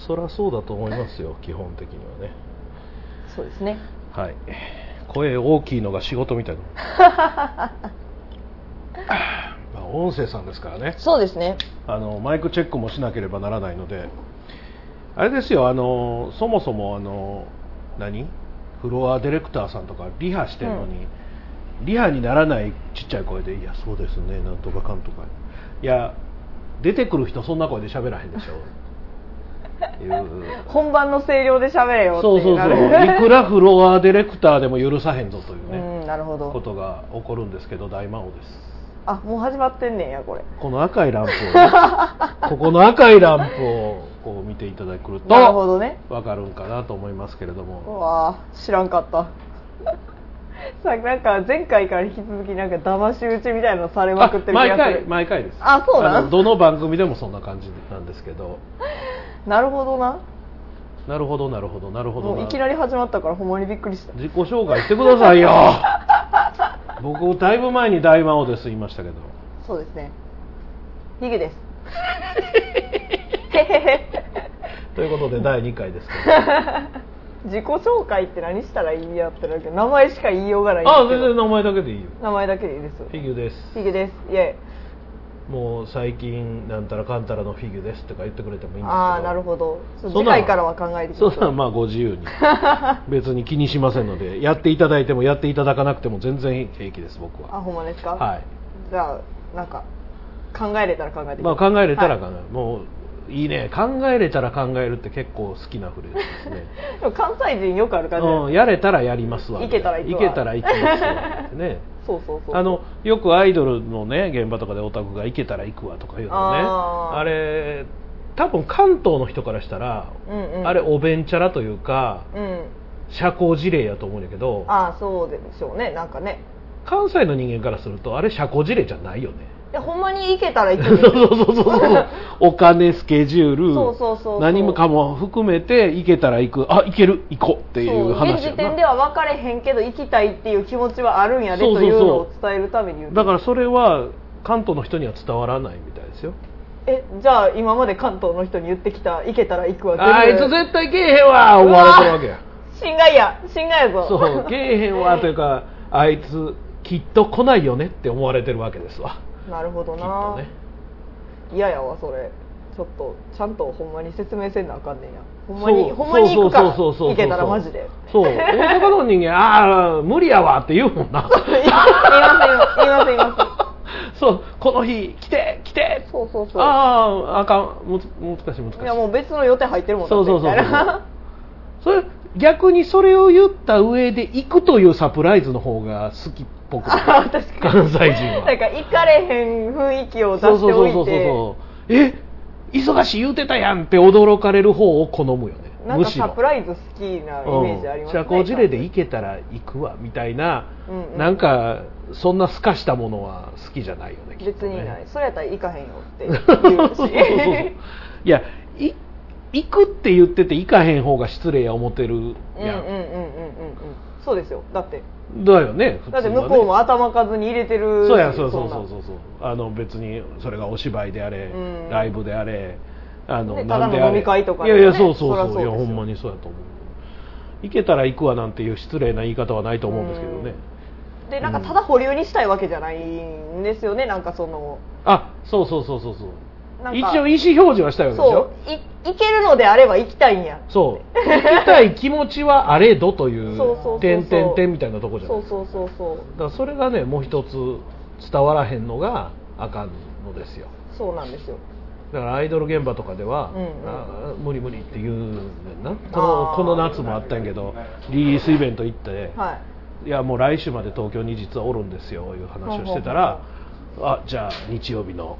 そりゃそうだと思いますよ 基本的にはねそうですねはい声大きいのが仕事みたいなまあ音声さんですからねそうですねあのマイクチェックもしなければならないのであれですよあのそもそもあの何フロアディレクターさんとかリハしてるのに、リハにならないちっちゃい声で「いやそうですねなんとかかんとか」いや出てくる人そんな声で喋らへんでしょいう本番の声量で喋れよってそうそうなそうるいくらフロアディレクターでも許さへんぞといううね、んなるほこどとが起こるんですけど大魔王ですあもう始まってんねんやこれこの赤いランプをね、 ここの赤いランプをこう見ていただくとなるほどねわかるんかなと思いますけれどうもわー知らんかった さなんか前回から引き続きなんか騙し討ちみたいなのされまくってる気毎がする回毎回ですあそうなんのどの番組でもそんな感じなんですけどなるほどななるほどなるほどなるほどもうないきなり始まったからほんまにびっくりした自己紹介してくださいよ僕だいぶ前に大魔王です言いましたけどそうですねヒゲです へへへということで第2回ですけど自己紹介って何したらいいやってなるけど名前しか言いようがないんですけあど全然名前だけでいいよ名前だけでいいですフィギュですヒゲですイエもう最近なんたらかんたらのフィギュですとか言ってくれてもいいんですイけどああなるほどそうそんな次ん回からは考えてきそまうすなのまあご自 由に別に気にしませんのでやっていただいてもやっていただかなくても全然平気です僕あはほんまですか、はじゃあなんか考えれたら考えてい、きままあ、す、考えれたらはかな、もういいね考えれたら考えるって結構好きなフレーズですね、いでも関西人よくある感じ なんうでん、やれたらやりますわいけたら行いくわけたら行きますわって ねすそうそうそうあのよくアイドルのね現場とかでオタクが行けたら行くわとかいうのねああーれ多分関東の人からしたら、うんうんあれおべんちゃらというかうん社交辞令やと思うんやけどああそうでしょうねなんかね関西の人間からするとあれ社交辞令じゃないよ ねいやほんまに行けたら行 そくうそうそうそう お金スケジュール そうそうそうそう何もかも含めて行けたら行くあ行ける行こうっていうそう現話や時点でなは分かれへんけど行きたいっていう気持ちはあるんやでそうそうそうというのを伝えるために言うだからそれは関東の人には伝わらないみたいですよえじゃあ今まで関東の人に言ってきた行けたら行くわあいつ全部絶対けえへんわ思われてるわけや心外や心外やぞ そうけえへんわというかあいつきっと来ないよねって思われてるわけですわなるほきどっなとね嫌、やわそれちょっとちゃんとほんまに説明せんなあかんねんやほんまにそうほんまに行くからそうそうそうそうそう行けたらマジでそう大阪の人間ああ無理やわって言うもんな 言います言います言いますそうこの日来て来てそうそうそうあああかんむつ難しい難しいいやもう別の予定入ってるもんだっそうてそうそうみたいなそれ逆にそれを言った上で行くというサプライズの方が好きっぽくない あ 確かに関西人はなんか行かれへん雰囲気を出そうしそうてそおうそういてそうえ忙しい言うてたやんって驚かれる方を好むよねなんむかしサろプライズ好きなイメージありますね、うん社交辞令で行けたら行くわみたいな、うんうんなんかそんなすかしたものは好きじゃないよねきっと別ねにないそれやったら行かへんよっ て言うしいやい行くって言ってて行かへん方が失礼や思ってるうんうんうんやうんうんん、うんそうですよだってだよね普通だはってね向こうも頭数に入れてるそうやそうそうそんうなそうそうあの別にそれがお芝居であれ、うんライブであれあの、ねなんでただのあ飲れみ会とかいでやもいやねそうそうそらそそうういですやよほんまにそうやと思う行けたら行くわなんていう失礼な言い方はないと思うんですけどね、うんでなんかただ保留にしたいわけじゃないんですよねなんかそのあそうそうそうそうそうなん一応か意思表示はしたいわけでしそょうい行けるのであれば行きたいんやそう行きたい気持ちはあれどという そうそうそうそう点点点みたいなとこじゃなそいうそうそうそだうからそれがねもう一つ伝わらへんのがあかんのですよそうなんですよだからアイドル現場とかでは、うんうんあー無理無理って言うねんなこあのーこの夏もあったんやけどリリースイベント行って、はいい、やもう来週まで東京に実はおるんですよいう話をしてたらあじゃあ日曜日の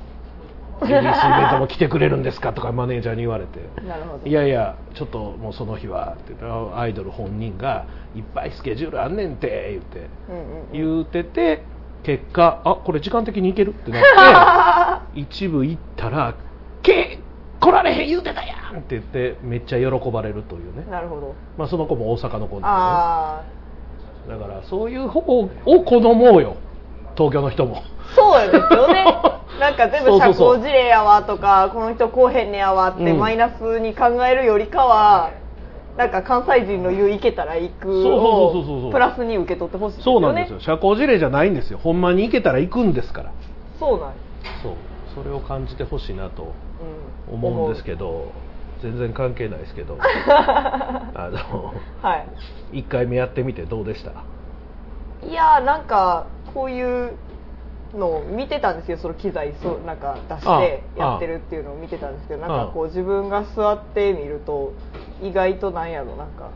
リリースイベントも来てくれるんですかとかマネージャーに言われて。なるほどいやいや、ちょっともうその日はって言ったらアイドル本人がいっぱいスケジュールあんねんて言ってうんうん うん言うてて結果あこれ時間的にいけるってなって一部行ったら「け来られへん言うてたやん!」って言ってめっちゃ喜ばれるというね、なるほどまあ、その子も大阪の子なんあで、ね、だからそういう方を好もうよ東京の人も。あそうですよね なんか全そ部う社そうそう交辞令やわとかこの人こうへんねやわってうんマイナスに考えるよりかは、なんか関西人の言う「いけたら行く」そうそうそうそうそをうプラスに受け取ってほしいですそうなよんでねすよ社交辞令じゃないんですよほんまに行けたら行くんですからそうなんですそうそれを感じてほしいなとうん思うんですけど全然関係ないです けどあのはい1回目やってみてどうでしたいやーなんかこういうのを見てたんですよその機材そうなんか出してああやってるっていうのを見てたんですけどなんあかこう自分が座ってみると意外となんやろなんか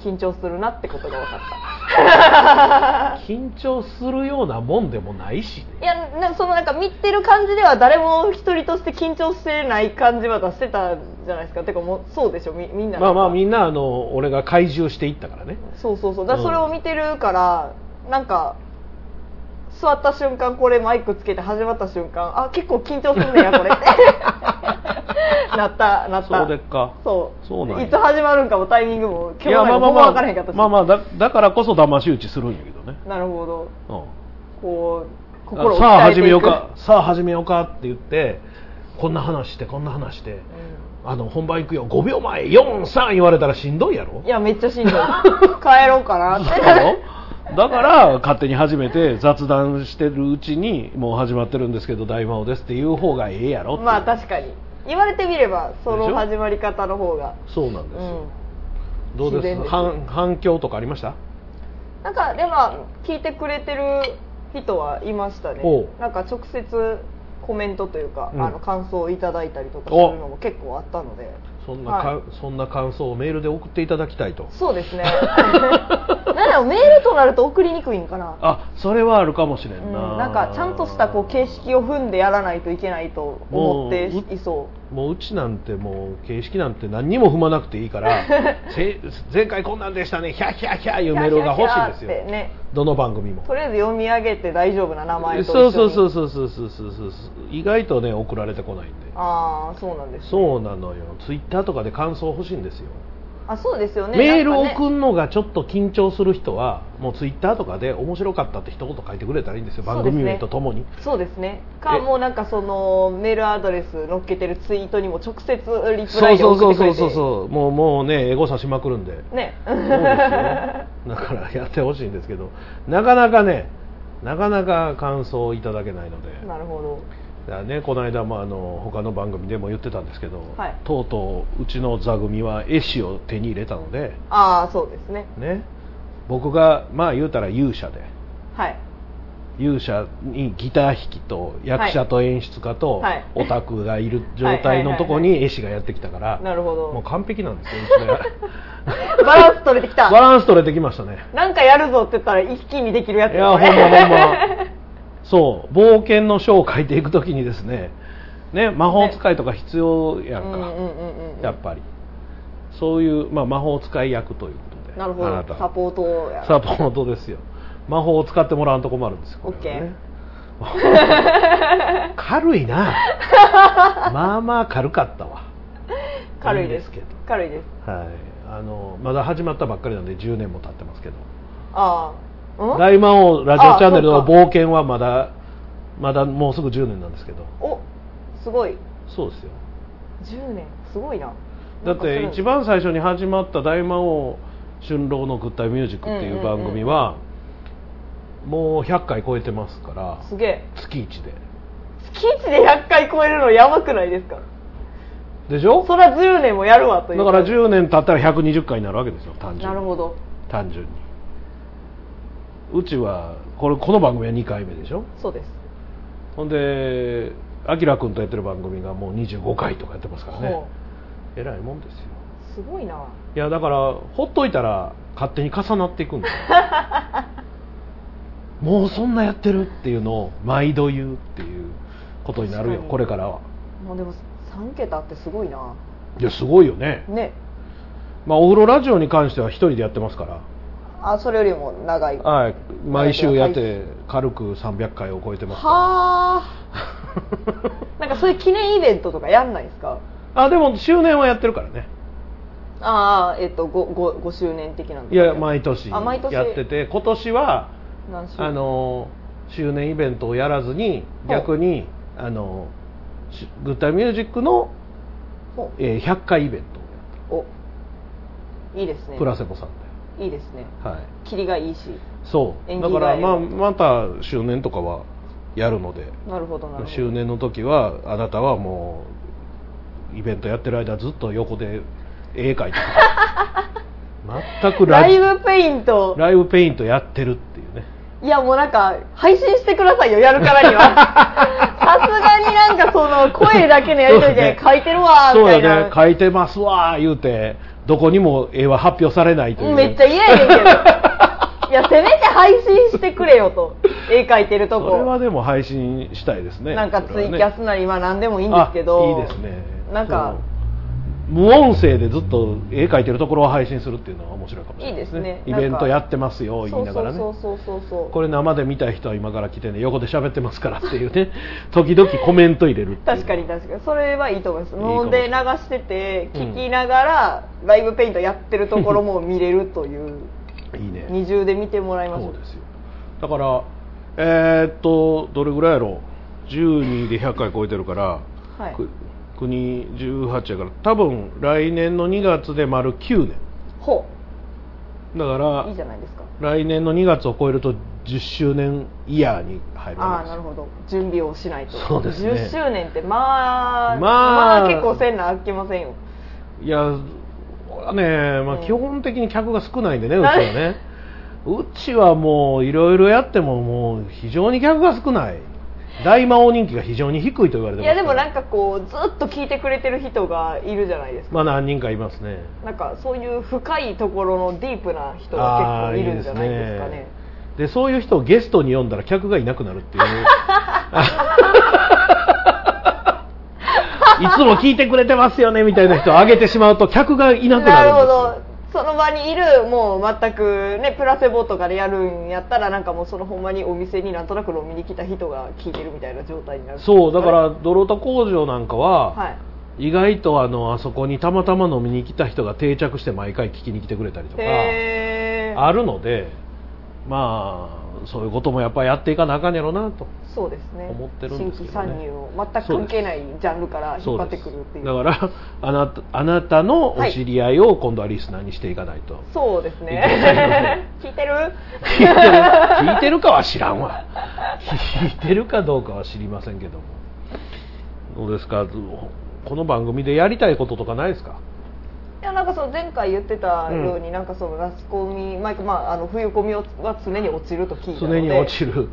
緊張するなってことが分かっ緊張するようなもんでもないしね、たいやなそのなんか見てる感じでは誰も一人として緊張してない感じは出してたじゃないですかてかもうそうでしょみみんなまあまあみなんなあの俺が怪獣していったからねかそうそうそうだからうそんれを見てるから、なんか座った瞬間これマイクつけて始まった瞬間あ結構緊張するねやこれって なったなったそうでっかそうそうなんやいつ始まるんかもタイミングも今日いやまなあんまあまあかほんま分からへんかったしまあまあだだからこそ騙し討ちするんやけどね、なるほどうんこう心をさあ鍛えて始いくめようかさあ始めようかって言ってこんな話してこんな話してあの本番行くよ5秒前43言われたらしんどいやろうんいやめっちゃしんどい帰ろうかなってだろだから勝手に始めて雑談してるうちにもう始まってるんですけど大魔王ですっていう方がええやろっていう まあ確かに言われてみればそでしのょ始まり方の方がそうなんですうよん、どうです自然です反反響とかありましたなんかでも聞いてくれてる人はいましたねおうなんか直接コメントというか、うんあの感想をいただいたりとかするのも結構あったのでそんなか、はいそんな感想をメールで送っていただきたいとそうですね なんだろうメールとなると送りにくいんかなあそれはあるかもしれ うんん、な、なんかちゃんとしたこう形式を踏んでやらないといけないと思ってもういそうもううちなんてもう形式なんて何にも踏まなくていいから せ前回こんなんでしたねヒャヒャヒャいうメールが欲しいんですよキャーキャーキャーってねどの番組もとりあえず読み上げて大丈夫な名前と一緒そうにそうそうそうそうそうそうそう意外とね送られてこないんでああそうなんですそうなのよツイッターとかで感想欲しいんですよ、あそうですよねメールなんかね送るのがちょっと緊張する人はもうツイッターとかで面白かったって一言書いてくれたらいいんですよそうですね番組名とともに、そうですねかえもうなんかそのメールアドレス載っけてるツイートにも直接リプそライうでそう送そっうてくそれうてそうそうもうもうねエゴさしまくるんで ねそうですよだからやってほしいんですけどなかなかねなかなか感想をいただけないのでなるほどだからねこの間もあの他の番組でも言ってたんですけど、はいとうとううちの座組は絵師を手に入れたのでああそうですねね僕がまあ言うたら勇者ではい勇者にギター弾きと役者と演出家とはいオタクがいる状態のとこに絵師がやってきたから、なるほもうど完璧なんですよう ちのやバランス取れてきバたランス取れてきましたねなんかやるぞって言ったら一気にできるやつ いや、ほんまほんま。そう、冒険の書を書いていくときにですね、ね、魔法使いとか必要やん うんうんか、うんうんやっぱり。そういう、まあ、魔法使い役ということで、なるほあなたどサポートやサポートですよ。魔法を使ってもらわんと困るんですよ、これはね 軽いな。まあまあ軽かったわ。軽いですいいですけ軽いですど。はい。あの、まだ始まったばっかりなんで10年も経ってますけど。ああうん大魔王ラジオチャンネルあのそうか冒険はまだまだもうすぐ10年なんですけどおすごいそうですよ10年すごいなだって一番番最初に始まった「大魔王春郎のグッタイミュージック」っていう番組はもう100回超えてますからすげえ月1で月一で100回超えるのやばくないですかでしょそら10年もやるわというだから10年経ったら120回になるわけですよ単純になるほど単純にうちはこれこの番組は2回目でしょそうですほんであきら君とやってる番組がもう25回とかやってますからねほえらいもんですようすごいないやだからほっといたら勝手に重なっていくんだよ もうそんなやってるっていうのを毎度言うっていうことになる確よかにこれからはまあでも3桁ってすごいないやすごいよね、ねまあ、お風呂ラジオに関しては一人でやってますかあそれよりも長いら、はい、毎週やっはて軽く300回を超えてますかは あなんかそういう記念イベントとかやんないですからあでも周年はやってるからねああえっと 5, 5, 5周年的なのいや毎年あ毎年やってて今年は何周あの周年イベントをやらずに逆にあのしグッタイミュージックの、おえー100回イベントをやおいいですったねプラセボさんいいですねで、はい、切りがいいしそう縁だ起かがら、いいまあ、また周年とかはやるのでなるほどなるほど周年の時はあなたはもうイベントやってる間ずっと横で絵描いて た全くララジイブペイントライブペイントやってるっていうねいやもうなんか配信してくださいよやるからに はさすがになんかその声だけのやりとりで そうだね書いてるわーそみうたよいなね描いてますわー言うてどこにも絵は発表されないというめっちゃ嫌やねんけどいやせめて配信してくれよと絵描いてるとそこれはでも配信したいですねなんかツそれイはキねャスなりまあ何でもいいんですけどあいいですねなんかそう無音声でずっと絵描いてるところを配信するっていうのは面白いかもしれないですねいいですねイベントやってますよ言いながらねそうそうそうそうそうこれ生で見た人は今から来てね横で喋ってますからっていうね時々コメント入れるっていう確かに確かにそれはいいと思いますいいかも無音で流しててうん聞きながらライブペイントやってるところも見れるという いいね二重で見てもらいましょそううですよだからえーっとどれぐらいやろう12で100回超えてるから、はいく国18やから多分来年の2月で丸9年ほだかういいじらゃないですか来年の2月を超えると10周年イヤーに入るあわあけですーなよるほど準備をしないとそうですね10周年ってままあ、あまあ結構せんなあきませんよいや俺はね、まあ、うん基本的に客が少ないんでね、うちなはねうちはもういろいろやってももう非常に客が少ない大魔王人気が非常に低いと言われていますやでもなんかかこうずっと聞いてくれてる人がいるじゃないですか、まあ何人かいますねなんかそういう深いところのディープな人が結構いるんじゃないですかねでそういう人をゲストに呼んだら客がいなくなるっていう いつも聞いてくれてますよねみたいな人を挙げてしまうと客がいなくなるんですよなるほどその場にいるもう全くねプラセボとかでやるんやったらなんかもうそのほんまにお店になんとなく飲みに来た人が聞いてるみたいな状態になるそうだかはら泥田工場なんかは、い意外とあのあそこにたまたま飲みに来た人が定着して毎回聞きに来てくれたりとかへえあるのでまあそういうこともやっぱりやっていかなあかんやろなとそうですね思ってるんですけどね新規参入を全く関係ないジャンルから引っ張ってくるっていうだからあなたあなたのお知り合いを今度はリスナーにしていかないと、そうですね聞いてる聞いてる聞いてるかは知らんわ聞いてるかどうかは知りませんけどもどうですかこの番組でやりたいこととかないですかいやなんかその前回言ってたように、なんかそのラスコミマイクまああの冬コミは常に落ちると聞いたの常でに落ちる、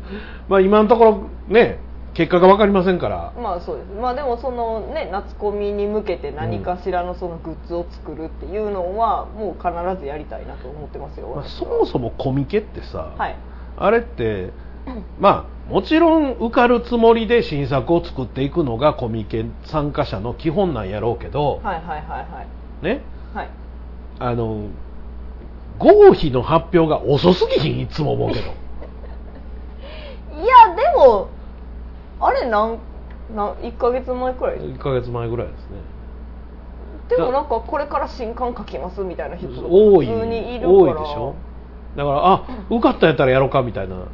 まあ、今のところね結果が分かりませんから、まあそうですまあでもそのね夏コミに向けて何かしらのそのグッズを作るっていうのはもう必ずやりたいなと思ってますよ、まあ、私そはもそもコミケってさ、はいあれってまあもちろん受かるつもりで新作を作っていくのがコミケ参加者の基本なんやろうけど、はいはいはいねはいはいあの合否の発表が遅すぎひんいつも思うけどいやでもあれなんなん1ヶ月前くらい1ヶ月前ぐらいですねでもなんかこれから新刊書きますみたいな人多い普通にいるから多いでしょだからあ受かったんやったらやろうかみたいな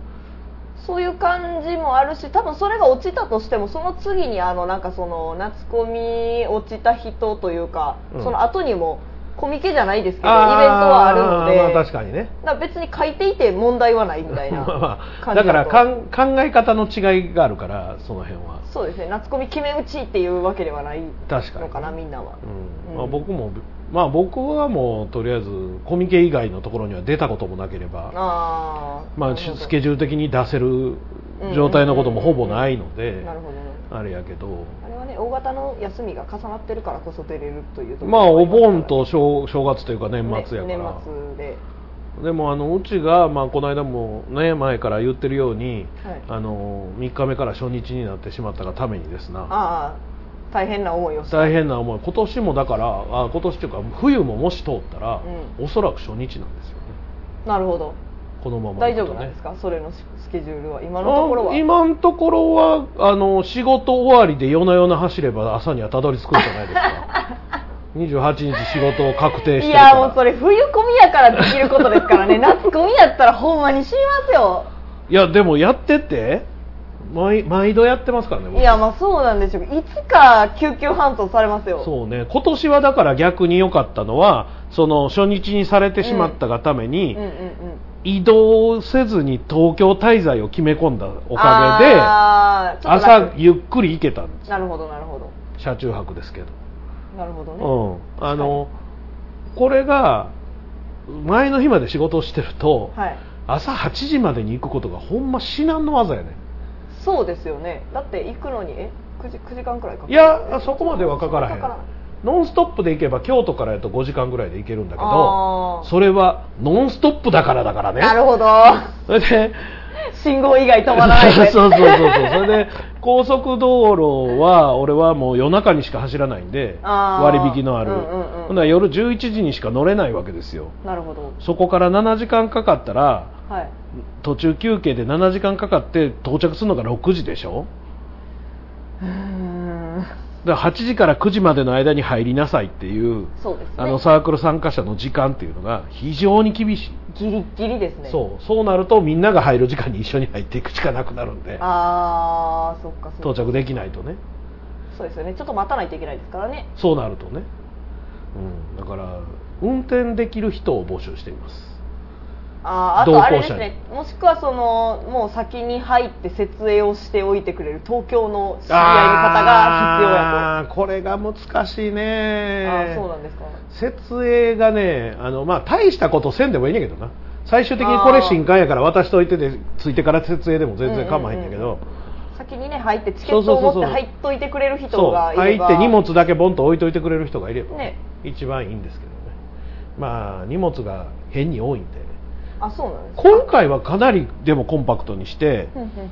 そういう感じもあるし多分それが落ちたとしてもその次にあのなんかその夏コミ落ちた人というか、うんその後にもコミケじゃないですけどイベントあーはあるので、まあ、確かにねだから別に書いていて問題はないみたいな まあまあ感だじからだとかん考え方の違いがあるからその辺はそうですね夏コミ決め打ちっていうわけではない確かにのかなみんなはうんうんまあ、僕もまあ僕はもうとりあえずコミケ以外のところには出たこともなければああまあ、しスケジュール的に出せる状態のこともほぼないのでなるほどねあれやけどあれはね大型の休みが重なってるからこそ出れるというところまあもおりすからね盆と正正月というか年末やかねら年末ででもあのうちがまあこの間もね前から言ってるようにはいあの3日目から初日になってしまったがためにですなああ大変な思いをした大変な思い今年もだからあ今年っていうか冬ももし通ったら、うおそらく初日なんですよねなるほどこのまま大いく丈と夫なんねですかそれのススケジュールは今のところはあ今のところはあの仕事終わりで夜な夜な走れば朝にはたどり着くんじゃないですか 28日仕事を確定しているからやもうそれ冬コミやからできる ことですからね夏コミやったらほんまに死にますよいやでもやってて毎毎度やってますからね僕いやまあそうなんでしょういつか救急搬送されますよそうね今年はだから逆に良かったのはその初日にされてしまったがために、うんうんうん移動せずに東京滞在を決め込んだおかげであーちょっと朝楽ゆっくり行けたんですなるほどなるほど車中泊ですけど、なるほどね、うんあのこれが前の日まで仕事をしてると、はい朝8時までに行くことがほんま至難の技やねそうですよねだって行くのにえ 9, 時9時間くらいかかるいやそこまではかからへんそこノンストップで行けば京都からやと5時間ぐらいで行けるんだけどあーそれはノンストップだからだからねなるほどそれで信号以外止まらないで そうそうそうそうそれで高速道路は俺はもう夜中にしか走らないんであー割引のある、うんうんうんほんなら夜11時にしか乗れないわけですよなるほどそこから7時間かかったらはい途中休憩で7時間かかって到着するのが6時でしょうーんだから8時から9時までの間に入りなさいっていうそうですねあのサークル参加者の時間っていうのが非常に厳しい、ギリギリですねそうそうなるとみんなが入る時間に一緒に入っていくしかなくなるんでああそっかそ到っか着できないとねそうですよねちょっと待たないといけないですからねそうなるとね、うん、だから運転できる人を募集していますあーあとあれです同行ねもしくはそのもう先に入って設営をしておいてくれる東京の知り合いの方が必要やあーこれが難しいとねああーそうなんですか設営がねあの、まあ、大したことせんでもいいねんだけどな最終的にこれ新刊やから渡しといてでついてから設営でも全然構わへんだけど、うんうんうん先にね入ってチケットを持って入っといてくれるそ人うがい入れっばて荷物だけボンと置いといてくれる人がいれば、ね一番いいんですけどねまあ荷物が変に多いんであそうなんですか今回はかなりでもコンパクトにしてふんふんふん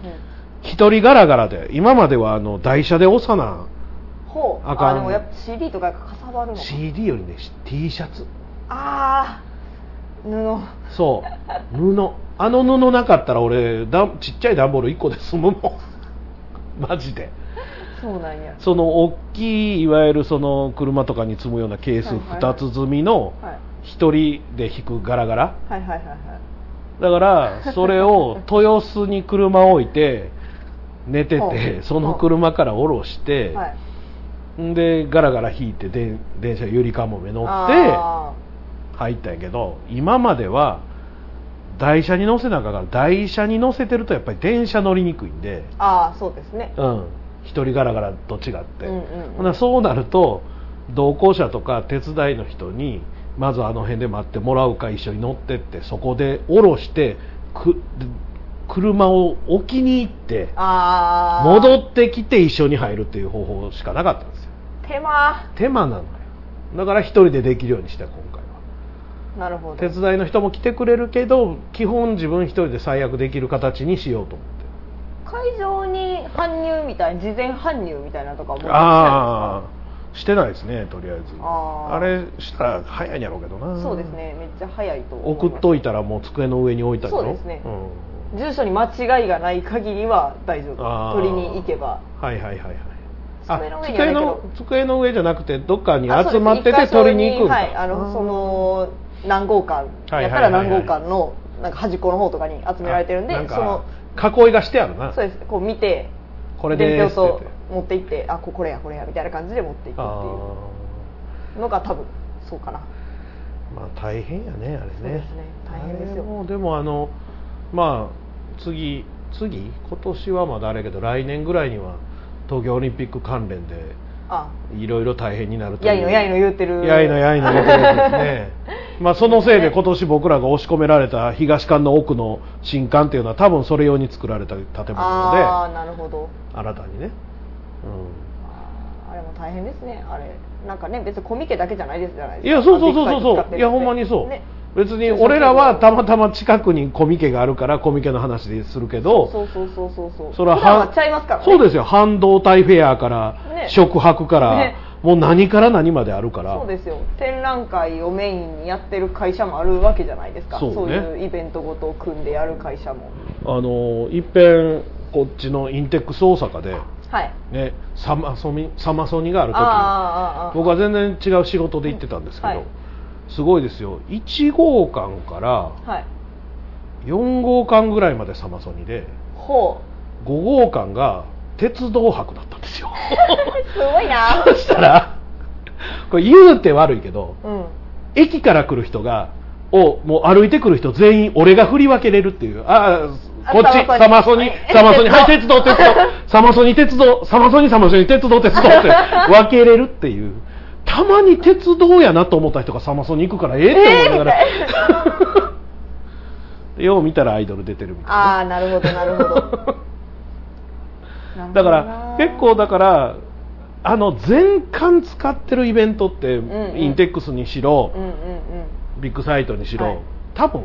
一人ガラガラで今まではあの台車で押さなほうあかんでもやっぱ CD とかがかさばるのか CD よりね T シャツああ布そう布あの布なかったら俺だちっちゃい段ボール1個で済むもん マジでそうなんやその大きいいわゆるその車とかに積むようなケースはいはい2つ積みのはい1人で引くガラガラはいはいはいはいだからそれを豊洲に車置いて寝てうてんその車から降ろして、はいんでガラガラ引いてで電車ゆりかもめ乗ってあ入ったんやけど今までは台車に乗せなあかんから台車に乗せてるとやっぱり電車乗りにくいんで、ーあーそうですねうん、一人ガラガラと違って、うんうんうんほなそうなると同行者とか手伝いの人にまずあの辺で待ってもらうか一緒に乗ってってそこで降ろしてく車を置きに行ってああ戻ってきて一緒に入るっていう方法しかなかったんですよ手間手間なのよだから一人でできるようにした今回はなるほど手伝いの人も来てくれるけど基本自分一人で最悪できる形にしようと思って会場に搬入みたいな事前搬入みたいなのとかもああしてないですねとりあえずあーあれしたら早いんやろうけどなそうですねめっちゃ早いと思います送っといたらもう机の上に置いたりそうですねん、住所に間違いがない限りは大丈あー夫取りに行けばはいはいはいはい机の上には机ないけどの机の上じゃなくてどっかにあそう集ですまって一箇て所取りに行くんだはいあのその何号館やったら何号館のなんか端っこの方とかに集められてるんであなんそのか囲いがしてあるなそうですこう見てこれ伝で票すって言っとて持って行ってあここれやこれやみたいな感じで持っていくっていあうのが多分そうかなーまあ大変やねあれねそうですね大変ですよあれもでもあのまあ次次今年はまだあれやけど来年ぐらいには東京オリンピック関連であいろいろ大変になるというやいのやいの言うてるやいのやいの言うてるやつ ですねまあそのせいで今年僕らが押し込められた東館の奥の新館っていうのは多分それ用に作られた建物あ あなのでなるほど新たにね、あーあれも大変ですねあれなんかね別にコミケだけじゃないですじゃないでうすん、いやそかうそうそうあそっうそてういやっぱ使ってるってほんまにそう、ね別に俺らはたまたま近くにコミケがあるからコミケの話でするけどそうそうそうそうそうそれは普段はちゃいますからねそうですよ半導体フェアから、ね食博から、ねもう何から何まであるからそうですよ展覧会をメインにやってる会社もあるわけじゃないですかそうそねう,、いうイベントごとを組んでやる会社もあのいっぺんこっちのインテックス大阪ではいね、サマソニサマソニがある時あーあーあーあー僕は全然違う仕事で行ってたんですけど、はいすごいですよ1号館からはい4号館ぐらいまでサマソニでほ5号館が鉄道博だったんですよ すごいなそしたらこれ言うて悪いけどうん駅から来る人がをもう歩いてくる人全員俺が振り分けれるっていうあああこっちササママソソニニサ マソニはい鉄道鉄鉄道道サマソニ鉄道サマソニサマソニ鉄道鉄道 って分けれるっていうたまに鉄道やなと思った人がサマソニ行くからええって思いながら、 よう見たらアイドル出てるみたいなああなるほどなる ほどだから結構だからあの全館使ってるイベントって、んうんインテックスにしろうんうんうんビッグサイトにしろ、はい多分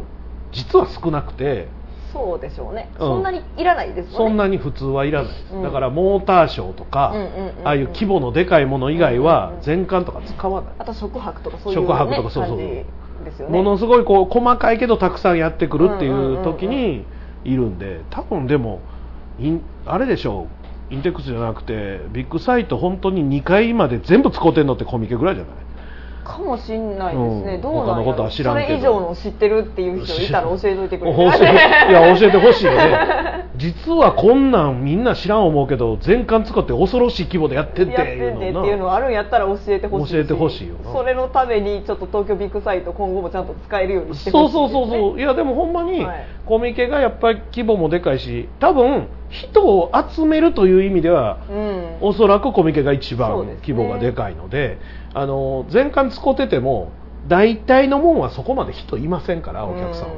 実は少なくてそうでしょうね、うんそんなにいらないですもそんんねなに普通はいらないです、うんだからモーターショーとか、うんうんうんうんああいう規模のでかいもの以外うんうんはうん全館とか使わない、あと食泊とかそういう、ね、食泊とかそうそう感じですよねものすごいこう細かいけどたくさんやってくるっていんうんうんううん時にいるんで多分でもインあれでしょうインテックスじゃなくてビッグサイト本当に2階まで全部使ってんのってコミケぐらいじゃないかもしんないですね、うんどうなんやろ他のことは知らんけどそれ以上の知ってるっていう人いたら教えといてくれ教えてい や教えてほしいよね実はこんなんみんな知らん思うけど全館使って恐ろしい規模でやってやっってていんうでってのいうのなあるんやったら教えてほしいし教えてほしいよなそれのためにちょっと東京ビッグサイト今後もちゃんと使えるようにしてそほうしいそうですねそうそう いやでもほんまにはいコミケがやっぱり規模もでかいし多分人を集めるという意味ではうんおそらくコミケが一そ番うですね規模がでかいのであの全館使ってても大体のもんはそこまで人いませんからお客さんはう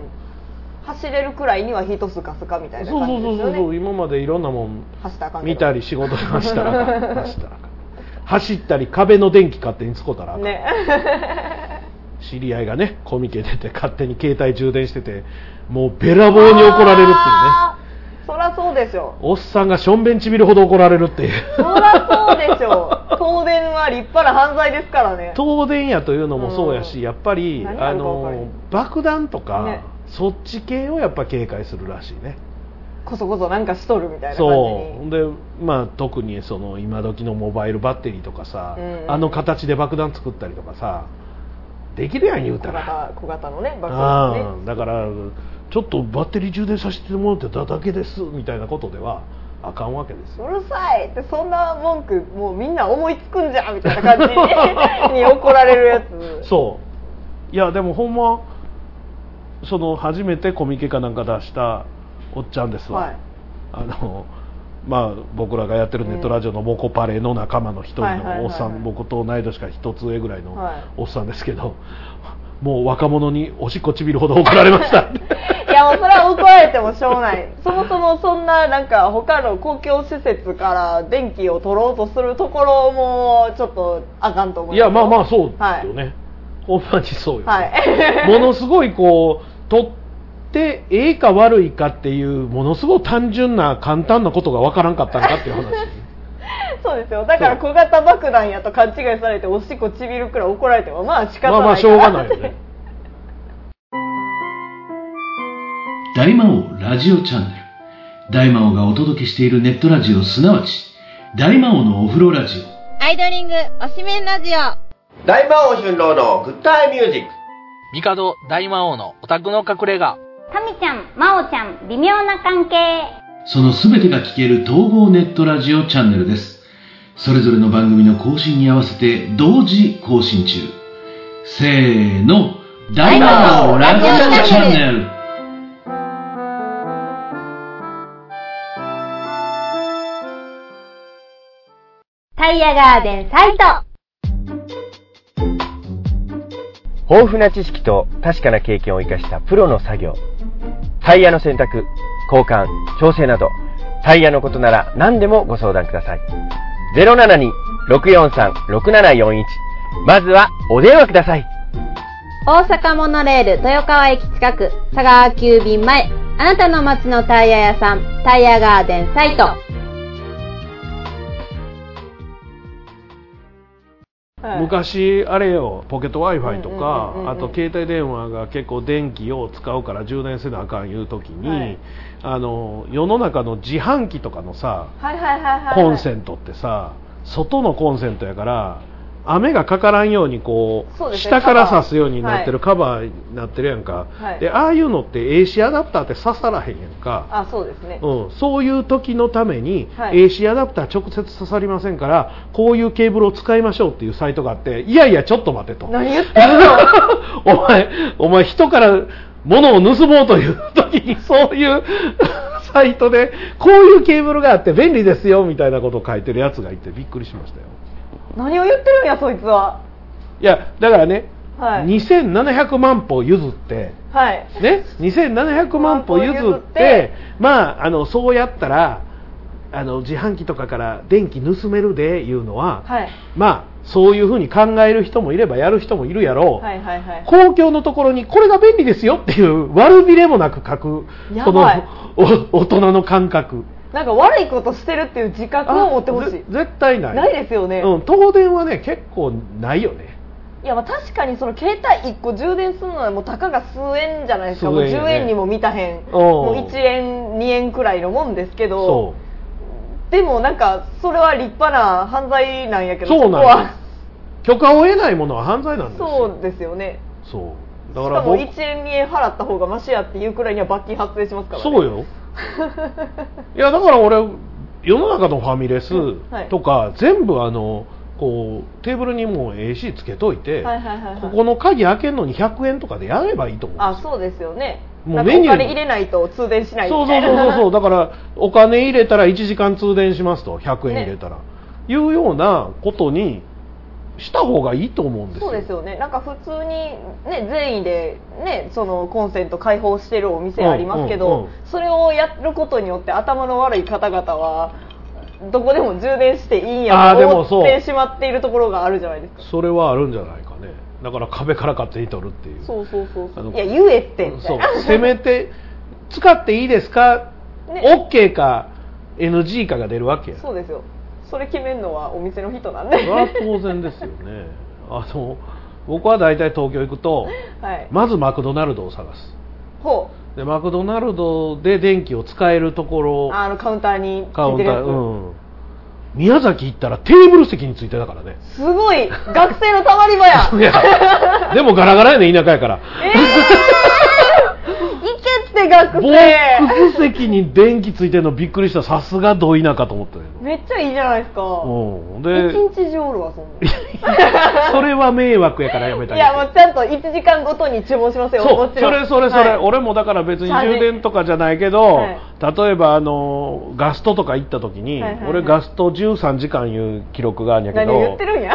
走れるくらいには人すかすかみたいなそうそ感うじそでうすよねそう今までいろんなもん走ったらあかんけど見たり仕事しましたら 走ったら走ったり壁の電気勝手に使うたらあかん、ね知り合いがねコミケ出て勝手に携帯充電しててもうべらぼうに怒られるっていうねあー そらそうでしょおっさんがしょんべんちびるほど怒られるっていうそらそうでしょ東電は立派な犯罪ですからね東電やというのもそうやし、うんやっぱり何がああるか分からへんの爆弾とか、ねそっち系をやっぱ警戒するらしいねこそこそなんかしとるみたいな感じにそうでまあ特にその今時のモバイルバッテリーとかさ、うんあの形で爆弾作ったりとかさできるやん言う小たら型小型のね爆弾あねあだからちょっとバッテリー充電させてもらってただけですみたいなことではあかんわけですようるさいってそんな文句もうみんな思いつくんじゃんみたいな感じに に怒られるやつそういやでもほんまその初めてコミケかなんか出したおっちゃんですわ、はいあのまあ僕らがやってるネットラジオのモコパレの仲間の一人はいはいはいはのいおっさん僕と同い年から一つ上ぐらいのはいおっさんですけどもう若者におしっこちびるほど怒られました いやもうそれは怒られてもしょうがないそもそもそんななんか他の公共施設から電気を取ろうとするところもちょっとあかんと思いやまあまあうそうですよね、ほんまにそうよね、はいものすごいこう取ってええか悪いかっていうものすごい単純な簡単なことがわからんかったんかっていう話 そうですよだから小型爆弾やと勘違いされておしっこちびるくらい怒られて もまあ仕方ないかまらあまあ しょうがないよね大魔王ラジオチャンネル。大魔王がお届けしているネットラジオ、すなわち、大魔王のお風呂ラジオ。アイドリングおしめんラジオ大魔王春郎のグッタイミュージック。帝大魔王のオタクの隠れ家。タミちゃん、マオちゃん、微妙な関係。そのすべてが聞ける統合ネットラジオチャンネルです。それぞれの番組の更新に合わせて同時更新中。せーの、大魔王ラジオチャンネル。タイヤガーデンサイト豊富な知識と確かな経験を生かしたプロの作業。タイヤの選択、交換、調整など、タイヤのことなら何でもご相談ください。072-643-6741。まずはお電話ください。大阪モノレール豊川駅近く佐川急便前あなたの街のタイヤ屋さんタイヤガーデンサイトはい昔あれよポケット w i f i とかうんうんうんうんうんあと携帯電話が結構電気を使うから充電せなあかんいう時に、はいあの世の中の自販機とかのさはいはいはいはいはいコンセントってさ外のコンセントやから雨がかからんようにこうそうですね下からカバー刺すようになってる、はカバーになってるやんか、はいでああいうのって AC アダプターって刺さらへんやんか、あそうですね、うん、そういう時のために、はい AC アダプター直接刺さりませんからこういうケーブルを使いましょうっていうサイトがあっていやいやちょっと待てと何言ってんの お前お前人から物を盗もうという時にそういう サイトでこういうケーブルがあって便利ですよみたいなことを書いてるやつがいてびっくりしましたよ何を言ってるんやそいつはいやだからね、はい2700万歩譲ってはいね2700万歩譲って万歩譲ってまああのそうやったらあの自販機とかから電気盗めるでいうのは、はいまあそういうふうに考える人もいればやる人もいるやろう、はいはいはい公共のところにこれが便利ですよっていう悪びれもなく書くやこのばいお大人の感覚なんか悪いことしてるっていう自覚を持ってほしぜい絶対ないないですよね、うん、東電はね結構ないよねいやまあ確かにその携帯1個充電するのはもうたかが数円じゃないですか、もう数円やね10円にも満たへんんもう1円2円くらいのもんですけどそうでもなんかそれは立派な犯罪なんやけどそうなんこではす許可を得ないものは犯罪なんですそようですよねそうしだかからも僕1円2円払った方がマシやっていうくらいには罰金発生しますから、ね、そうよいやだから俺世の中のファミレスはいとか全部あのこうテーブルにもう AC つけといてはいはいはい、はい、ここの鍵開けるのに100円とかでやればいいと思うんですよあそうですよねもうなんかメニューお金入れないと通電しないそうみそたういそうそうな そうだからお金入れたら1時間通電しますと100円入れたら、いうようなことにした方がいいと思うんですよそうですよねなんか普通に、ね、善意で、ね、そのコンセント開放してるお店ありますけど、うんうんうんそれをやることによって頭の悪い方々はどこでも充電していいんあやーでともそう思ってしまっているところがあるじゃないですかそれはあるんじゃないかねだから壁から買っていとるっていうそうそうそうそうあのいや言えってみたそいうなせめて使っていいですか、ね OK か NG かが出るわけやそうですよそれ決めるのはお店の人なんでそれは当然ですよねあの僕は大体東京行くと はい、まずマクドナルドを探すほでマクドナルドで電気を使えるところうあのカウンターにカウンついてタるやー、つうん、宮崎行ったらテーブル席についてたからねすごい学生のたまり 場やい やでもガラガラやね田舎やからえー、いけって学ボ生ックス席に電気ついてるのびっくりしたさすがど田舎と思った けめっちゃいいじゃないですかど、うん、一で日中おるわそんなそれは迷惑やからやめたいけどやもうちゃんと1時間ごとに注文しますよそもうちそろれんそれそれ、はい俺もだから別にチャージ充電とかじゃないけど、はい例えばあのガストとか行った時に、はいはいはい俺ガスト13時間いう記録があるんやけ何ど言ってる んや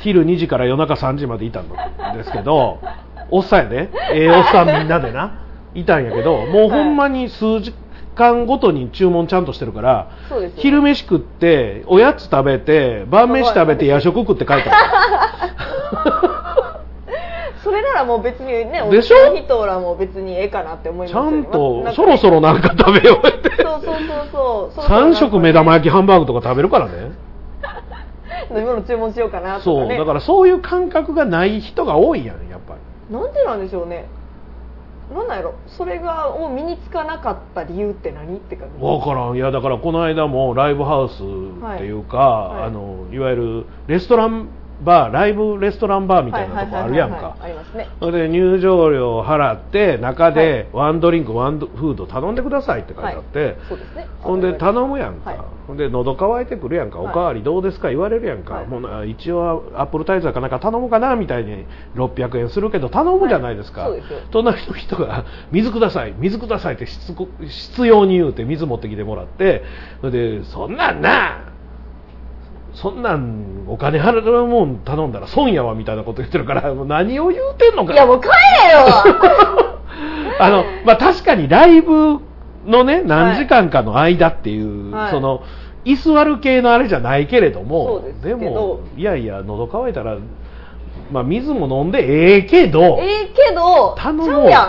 昼2時から夜中3時までいたんですけどおっさんやでええおっさんみんなでないたんやけどもうほんまに数時間ごとに注文ちゃんとしてるからそうですよ昼飯食っておやつ食べて晩飯食べて夜食食って 帰ったそれならもう別にねおでしょ店の人らも別にええかなって思いますちよゃねんまなとかそろそろなんか食べようってそうそうそうそう3食目玉焼ききハンバーグとか食べるからね飲み物注文しようかなとそか、うね、だからそういう感覚がない人が多いやんやっぱりなんでなんでしょうねなんなんやろそれがを身につかなかった理由って何って感じわからんいやだからこの間もライブハウスっていうか、いはいあのいわゆるレストランバーライブレストランバーみたいなとこあるやんはいはいはいはいあかりますねそれで入場料を払って中でワンドリンクワンフード頼んでくださいって書いてあって、はいそうですねほんで頼むやんか、はいほんで喉乾いてくるやんか、はいおかわりどうですか言われるやんか、はいもうな一応アップルタイザーかなんか頼むかなみたいに600円するけど頼むじゃないですか、はいそうですよ隣の人が水ください水くださいってしつこ必要に言うて水持ってきてもらってそれでそんなんなそんなんお金払うもん頼んだら損やわみたいなこと言ってるからもう何を言うてんのかいやもう帰れよ あの、まあ、確かにライブのね、何時間かの間っていう、はいその、居座る系のあれじゃないけれどもそうです、けでども、いやいや、喉乾いたら、まあ、水も飲んでええけど、ええけど頼もうちゃうや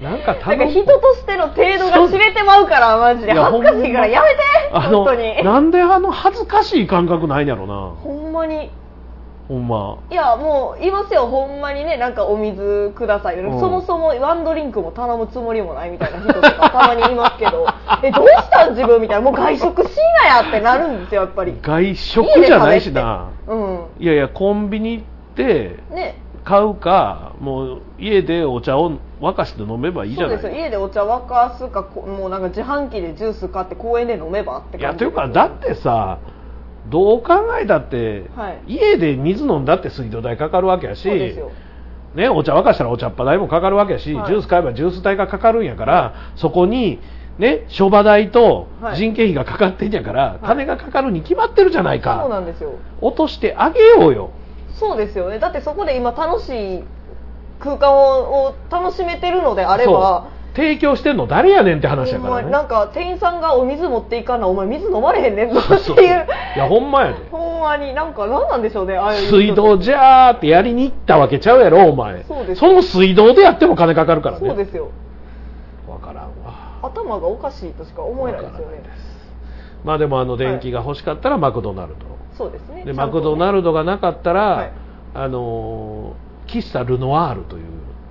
んなんかなんか頼む人としての程度が知れてまうからマジでいや恥ずかしいからやめてあの本当になんであの恥ずかしい感覚ないんやろなほんまにほんまいやもういますよほんまにねなんかお水ください、うんそもそもワンドリンクも頼むつもりもないみたいな人とかたまにいますけど えどうしたん自分みたいなもう外食しなやってなるんですよやっぱり外食じゃないしなうんいやいやコンビニ行ってね買うかもう家でお茶を沸かして飲めばいいじそゃうなですよい家でお茶沸かすかこもうなんか自販機でジュース買って公園で飲めばって感じいやというかだってさどう考えたって、はい家で水飲んだって水道代かかるわけやしそうですよね、お茶沸かしたらお茶っ葉代もかかるわけやし、はいジュース買えばジュース代がかかるんやから、そこに、ね、諸場代とはい人件費がかかってんやから、い金がかかるに決まってるじゃないか、そうなんですよ落としてあげようよそうですよねだってそこで今楽しい空間をを楽しめてるのであればそう提供してんの誰やねんって話やかほんまらにねなんか店員さんがお水持っていかんなお前水飲まれへんねん ぞそうってそういいうやほんまやでほんまになんか何なんでしょうねああいう人水道じゃーってやりに行ったわけちゃうやろお前そうですの水道でやっても金かかるからねそうですよわからんわ頭がおかしいとしか思えないですよわねからないですまあでもあの電気が欲しかったらマクドナルド、そうですねでちゃマんとクねドナルドがなかったら、はいあのー喫茶ルノワールという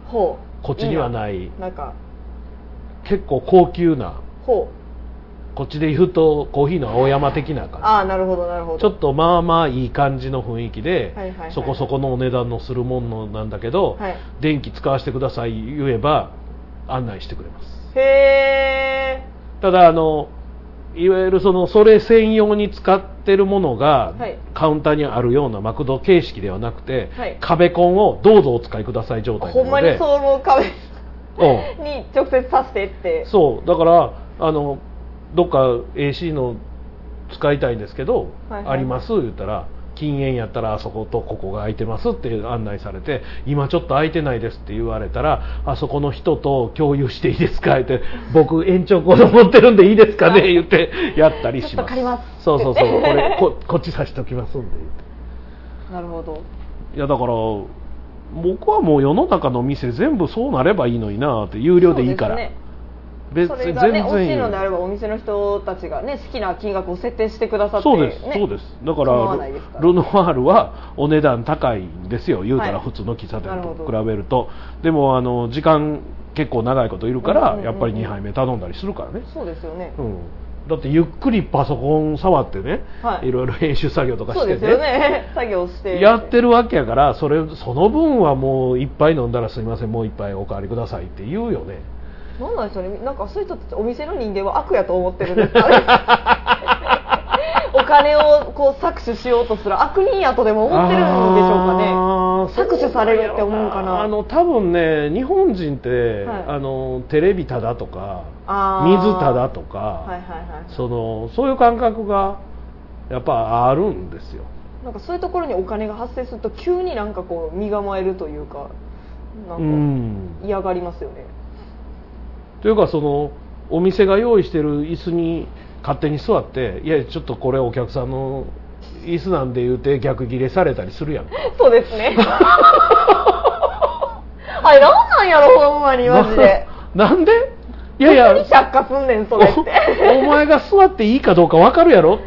ほうこっちにはないなんか結構高級なほうこっちで言うとコーヒーの青山的な感ああなるほどなるほどじちょっとまあまあいい感じの雰囲気で、はいはいはいそこそこのお値段のするものなんだけど、はい電気使わせてください言えば案内してくれますへえただあのいわゆるそのそれ専用に使ってるものが、はいカウンターにあるようなマクド形式ではなくて、はい壁コンをどうぞお使いください状態なのでほんまにその壁うに直接刺してってんそうだからあのどっか AC の使いたいんですけど、はいはいあります言ったら禁煙やったらあそことここが空いてますって案内されて今ちょっと空いてないですって言われたらあそこの人と共有していいですかって僕延長コード持ってるんでいいですかね言ってやったりしますちょっと借りますそうそうそうこれここっちさしておきますんで言ってなるほどいやだから僕はもう世の中の店全部そうなればいいのになって有料でいいから、そうですね別そにれ全がね然欲しいいいのであればお店の人たちがね好きな金額を設定してくださって、ね、そうです、そうですだか構わならいでルすからルノワールはお値段高いんですよ言うたらはい普通の喫茶店なるほどと比べると、でもあの時間結構長いこといるかうんうんらうんやっぱり2杯目頼んだりするからね、そうですよね、うん、だってゆっくりパソコン触ってね、はいい、ろいろ編集作業とかそうしてですよね作業してやってるわけやからそれその分はもう一杯飲んだらすいませんもう一杯お代わりくださいって言うよねなんなんでしょうねなんかそういう人たちお店の人間は悪やと思ってるんですか ねお金をこう搾取しようとする悪人やとでも思ってるんでしょうかねね搾取されるって思うかなあの多分ね日本人って、はいあのテレビただとかあー水ただとか、はいはいはいそのそういう感覚がやっぱあるんですよなんかそういうところにお金が発生すると急になんかこう身構えるというかなうんかん嫌がりますよね、というかそのお店が用意してる椅子に勝手に座っていやちょっとこれお客さんの椅子なんで言うて逆ギレされたりするやんか そうですね あれなんなんやろほんまにマジで ななんでいやいや何着火すんねんそれってお お前が座っていいかどうか分かるやろ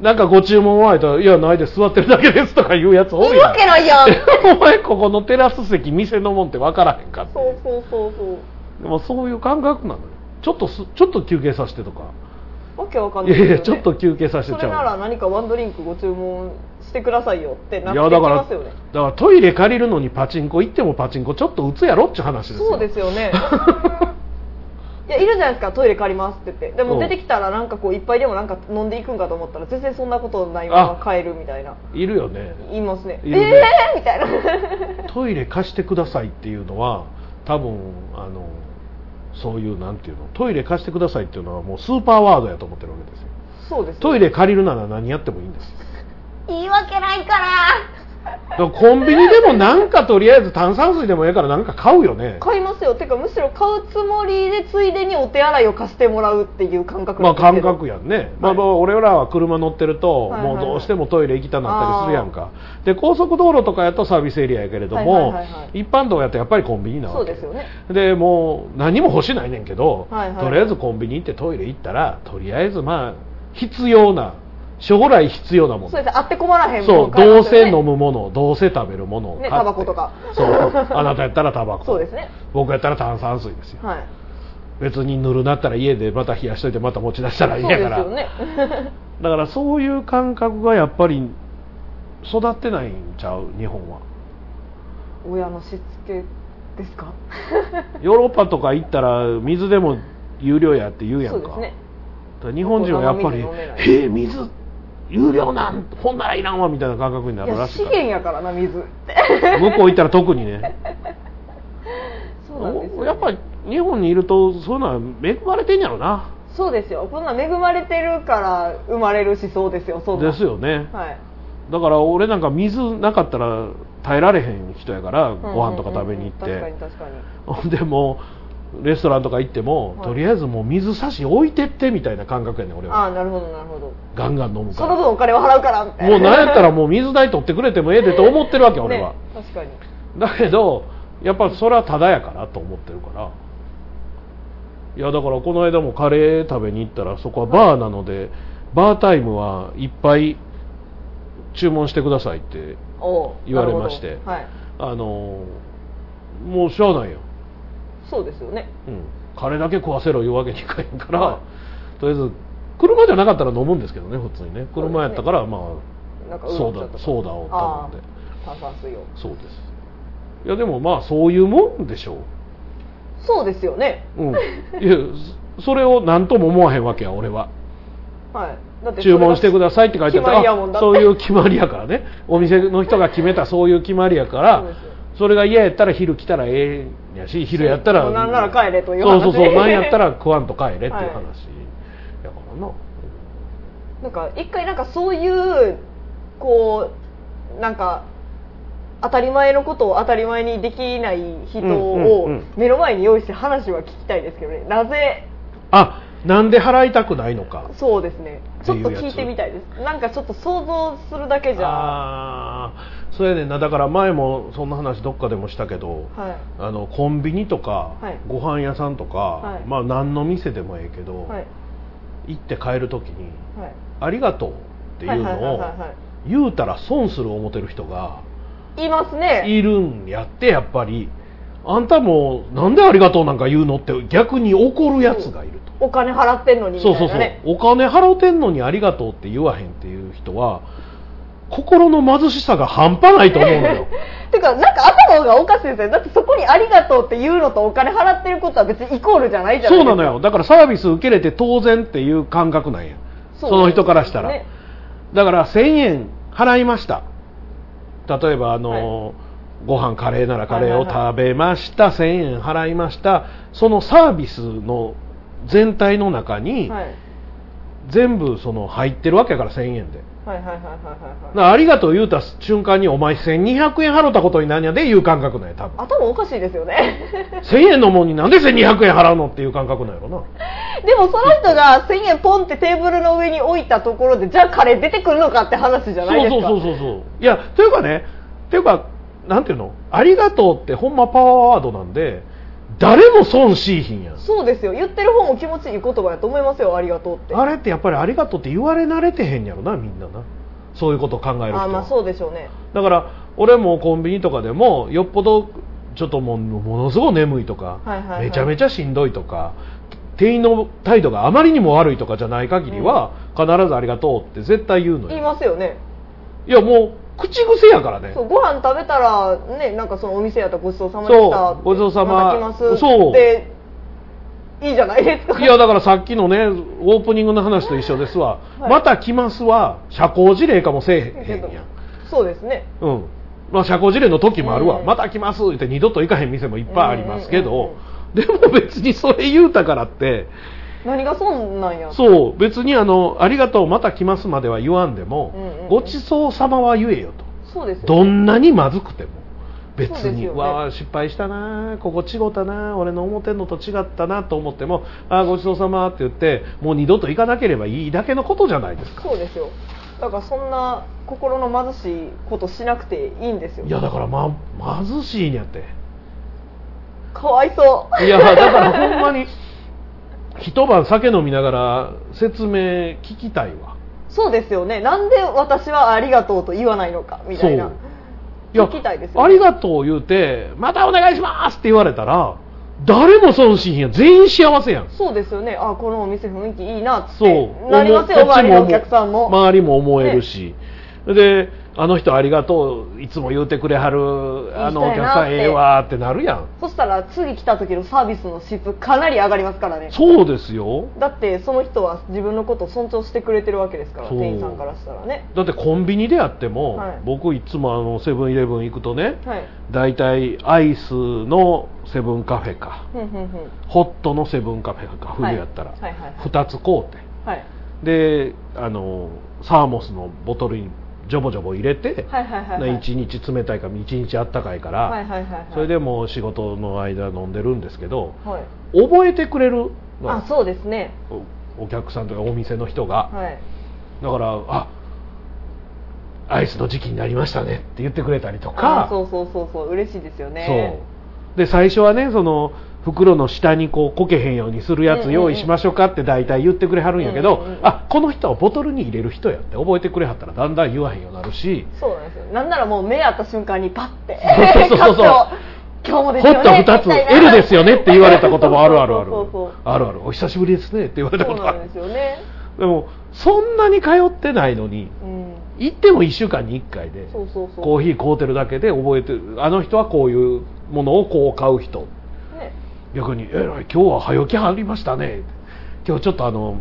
なんかご注文はあったら「いやないです座ってるだけです」とか言うやつ多いいるやわんけな いやんお前ここのテラス席店のもんって分からへんかってそうそうそうそうでもそういう感覚なのよちょっとすちょっと休憩させてとか、わけわかんいないやですよいやちょね、っと休憩させそてちゃれうなら何かワンドリンクご注文してくださいよってなっいやてだきかまらすよねだからトイレ借りるのにパチンコ行ってもパチンコちょっと打つやろっちゅう話ですよそうですよ ねいやいるじゃないですかトイレ借りますって言ってでうもん出てきたらなんかこういっぱいでもなんか飲んでいくんかと思ったら全然そんなことないまま帰るみたいないるよね言いますねいるねええー、みたいな トイレ貸してくださいっていうのは多分あのそういうなんていうのトイレ貸してくださいっていうのはもうスーパーワードやと思ってるわけですよそうですねトイレ借りるなら何やってもいいんですよ言い訳ないから。だからコンビニでもなんかとりあえず炭酸水でもええからなんか買うよね買いますよてかむしろ買うつもりでついでにお手洗いを貸してもらうっていう感覚まなあんです感け覚どやんね、まあまあ俺らは車乗ってると、はいはいはいもうどうしてもトイレ行きたなったりするやんかで高速道路とかやとサービスエリアやけれども、はいはいはいはい一般道やとやっぱりコンビニなそわうけですよねでもう何も欲しないねんけど、はいはいとりあえずコンビニ行ってトイレ行ったらとりあえずまあ必要な将来必要なものそうですねあって困らへんそう、文化どなんうですせよね飲むものどうせ食べるものを買ってねタバコとかそうあなたやったらタバコそうですね僕やったら炭酸水ですよ、はい別にぬるなったら家でまた冷やしといてまた持ち出したらいいんやから、そうですよね だからそういう感覚がやっぱり育ってないんちゃう日本は親のしつけですかヨーロッパとか行ったら水でも有料やって言うやそんうでかすねだから日本人はやっぱり大人の「水えー水有料なんほんならいらんわ」みたいな感覚にないるらやし 資いか源やからな水ってら向こう行ったら特にねそうなんですよやっぱり日本にいるとそういうのは恵まれてんやろなそうですよこんなん恵まれてるから生まれる思想ですよそんなんですよねはいだから俺なんか水なかったら耐えられへん人やからうんうんうんうんご飯とか食べに行って、確かに確かにほん でもうレストランとか行っても、はいとりあえずもう水差し置いてってみたいな感覚やねん俺あはあなるほどなるほどガンガン飲むかそのら分お金を払うからみたいなもうなんやったらもう水代取ってくれてもええでと思ってるわけ俺は、 ね、確かにだけどやっぱそれはただやからと思ってるからいやだからこの間もカレー食べに行ったらそこはバーなので、バータイムはいっぱい注文してくださいっておう言われましてなるほどはいあのーもうしゃあないよ、そうですよねうん、カレーだけ食わせろいうわけにいかへんから、はとりあえず車じゃなかったら飲むんですけどね普通にねそうですね車やったからまなあんかソうーどんちょっダとソーダを頼んであー炭酸水をそうですいやでもまあそういうもんでしょうそうですよね うん、いやそそれを何とも思わへんわけや俺ははいだってそれ注が文してくださいって書いてあった決まりやもんらだあっそてういう決まりやからねお店の人が決めたそういう決まりやかそうらですよそれが嫌やったら昼来たらええんやし昼やったらそうなんなら帰れというそう話そうそうなんやったら食わんと帰れっていう話はいやからな、なんか一回なんかそういうこうなんか当たり前のことを当たり前にできない人をうんうんうん目の前に用意して話は聞きたいですけどねなぜあなんで払いたくないのかそうですねちょっとっていう聞やいつてみたいですなんかちょっと想像するだけじゃああーそうやねんなだから前もそんな話どっかでもしたけど、はいあのコンビニとか、はいご飯屋さんとか、はいまあ何の店でもええけど、はい行って帰る時にはい「ありがとう」っていうはいはいのをはいはいはい言うたら損する思ってる人がいますねいるんやってやっぱりあんたもなんで「ありがとう」なんか言うのって逆に怒るやつがいると。お金払ってんのにみたそういそうなそう、ねお金払うてんのにありがとうって言わへんっていう人は心の貧しさが半端ないと思うのよてかなんか頭がおかしいですねだってそこにありがとうって言うのとお金払ってることは別にイコールじゃ ないじゃないそでうなすかのよだからサービス受けれて当然っていう感覚なんやそそうなんのです人よねからしたら、だから1000円払いました例えばあの、ご飯カレーならカレーを食べました、1000円払いましたそのサービスの全体の中に、はい全部その入ってるわけやから1000円ではいはいはいはいはいだはいからありがとう言うた瞬間にお前1200円払ったことになんやでいう感覚なんや多分頭おかしいですよね 1000円のもんになんで1200円払うのっていう感覚なんやろなでもその人が1000円ポンってテーブルの上に置いたところでじゃあカレー出てくるのかって話じゃないですかそうそうそうそうそういやというかねというかなんていうのありがとうってほんまパワーワードなんで誰も損しいひんやんそうですよ言ってる方も気持ちいい言葉やと思いますよありがとうってあれってやっぱりありがとうって言われ慣れてへんやろなみんななそういうことを考える人はあまあそうでしょうねだから俺もコンビニとかでもよっぽどちょっともうものすごい眠いとか、はいはいはいめちゃめちゃしんどいとか店員の態度があまりにも悪いとかじゃない限りは、必ずありがとうって絶対言うのよ言いますよねいやもう口癖やからねそうご飯食べたらねなんかそのお店やったらごちそうさまでしそたうごちそうさまた来ますそうでいいじゃないですかいやだからさっきのねオープニングの話と一緒ですわ、はいまた来ますは社交辞令かもせえへんやん、そうですねうんまあ、社交辞令の時もあるわ、うんまた来ますって二度と行かへん店もいっぱいありますけど、でも別にそれ言うたからって何がそんなんやそう別にあの「ありがとうまた来ます」までは言わんでも、うんうんうんごちそうさまは言えよとそうですよどんなにまずくても別そうですに、よねわあ失敗したなここ違ったな俺の思ってんのと違ったなと思ってもあーごちそうさまって言ってもう二度と行かなければいいだけのことじゃないですかそうですよだからそんな心の貧しいことしなくていいんですよいやだから、ま、貧しいんやってかわいそういやだからほんまに一晩酒飲みながら説明聞きたいわそうですよねなんで私はありがとうと言わないのかみたいなや聞きたいですよねありがとう言うてまたお願いしますって言われたら誰も損しひんやん全員幸せやんそうですよねあこのお店雰囲気いいなっそうてなりますよ思うこっち周りも思のうお客さんも、周りも思えるし、であの人ありがとういつも言うてくれはるあのお客さんいい人やなってええわってなるやんそしたら次来た時のサービスの質かなり上がりますからねそうですよだってその人は自分のことを尊重してくれてるわけですからそう店員さんからしたらねだってコンビニであっても、はい僕いつもあのセブンイレブン行くとねはい大体アイスのセブンカフェかふんふんふんホットのセブンカフェかはい冬やったら、はいはいはい2つ買うてはいであのサーモスのボトルにジョボジョボ入れて、はいはいはいはい1日冷たいか1日あったかいから、はいはいはいはいそれでもう仕事の間飲んでるんですけどはい覚えてくれるのあそうですねおお客さんとかお店の人が、はいだからあアイスの時期になりましたねって言ってくれたりとあかそうそうそうそう嬉しいですよねそうで最初はねその袋の下にこうこけへんようにするやつ用意しましょうかって大体言ってくれはるんやけど、うんうんうんあこの人はボトルに入れる人やって覚えてくれはったらだんだん言わへんようになるしそうなんですよなんならもう目合った瞬間にパッてそうそうそうそうカット今日もですホよットね2つ L ですよねって言われたこともあるあるあるそうそうそうあるあるお久しぶりですねって言われたそこうとあなんるですよねでもそんなに通ってないのにうん行っても1週間に1回でそうそうそうコーヒー買うてるだけで覚えてるあの人はこういうものをこう買う人ね逆に「えらい今日は早起きはりましたね」今日ちょっとあの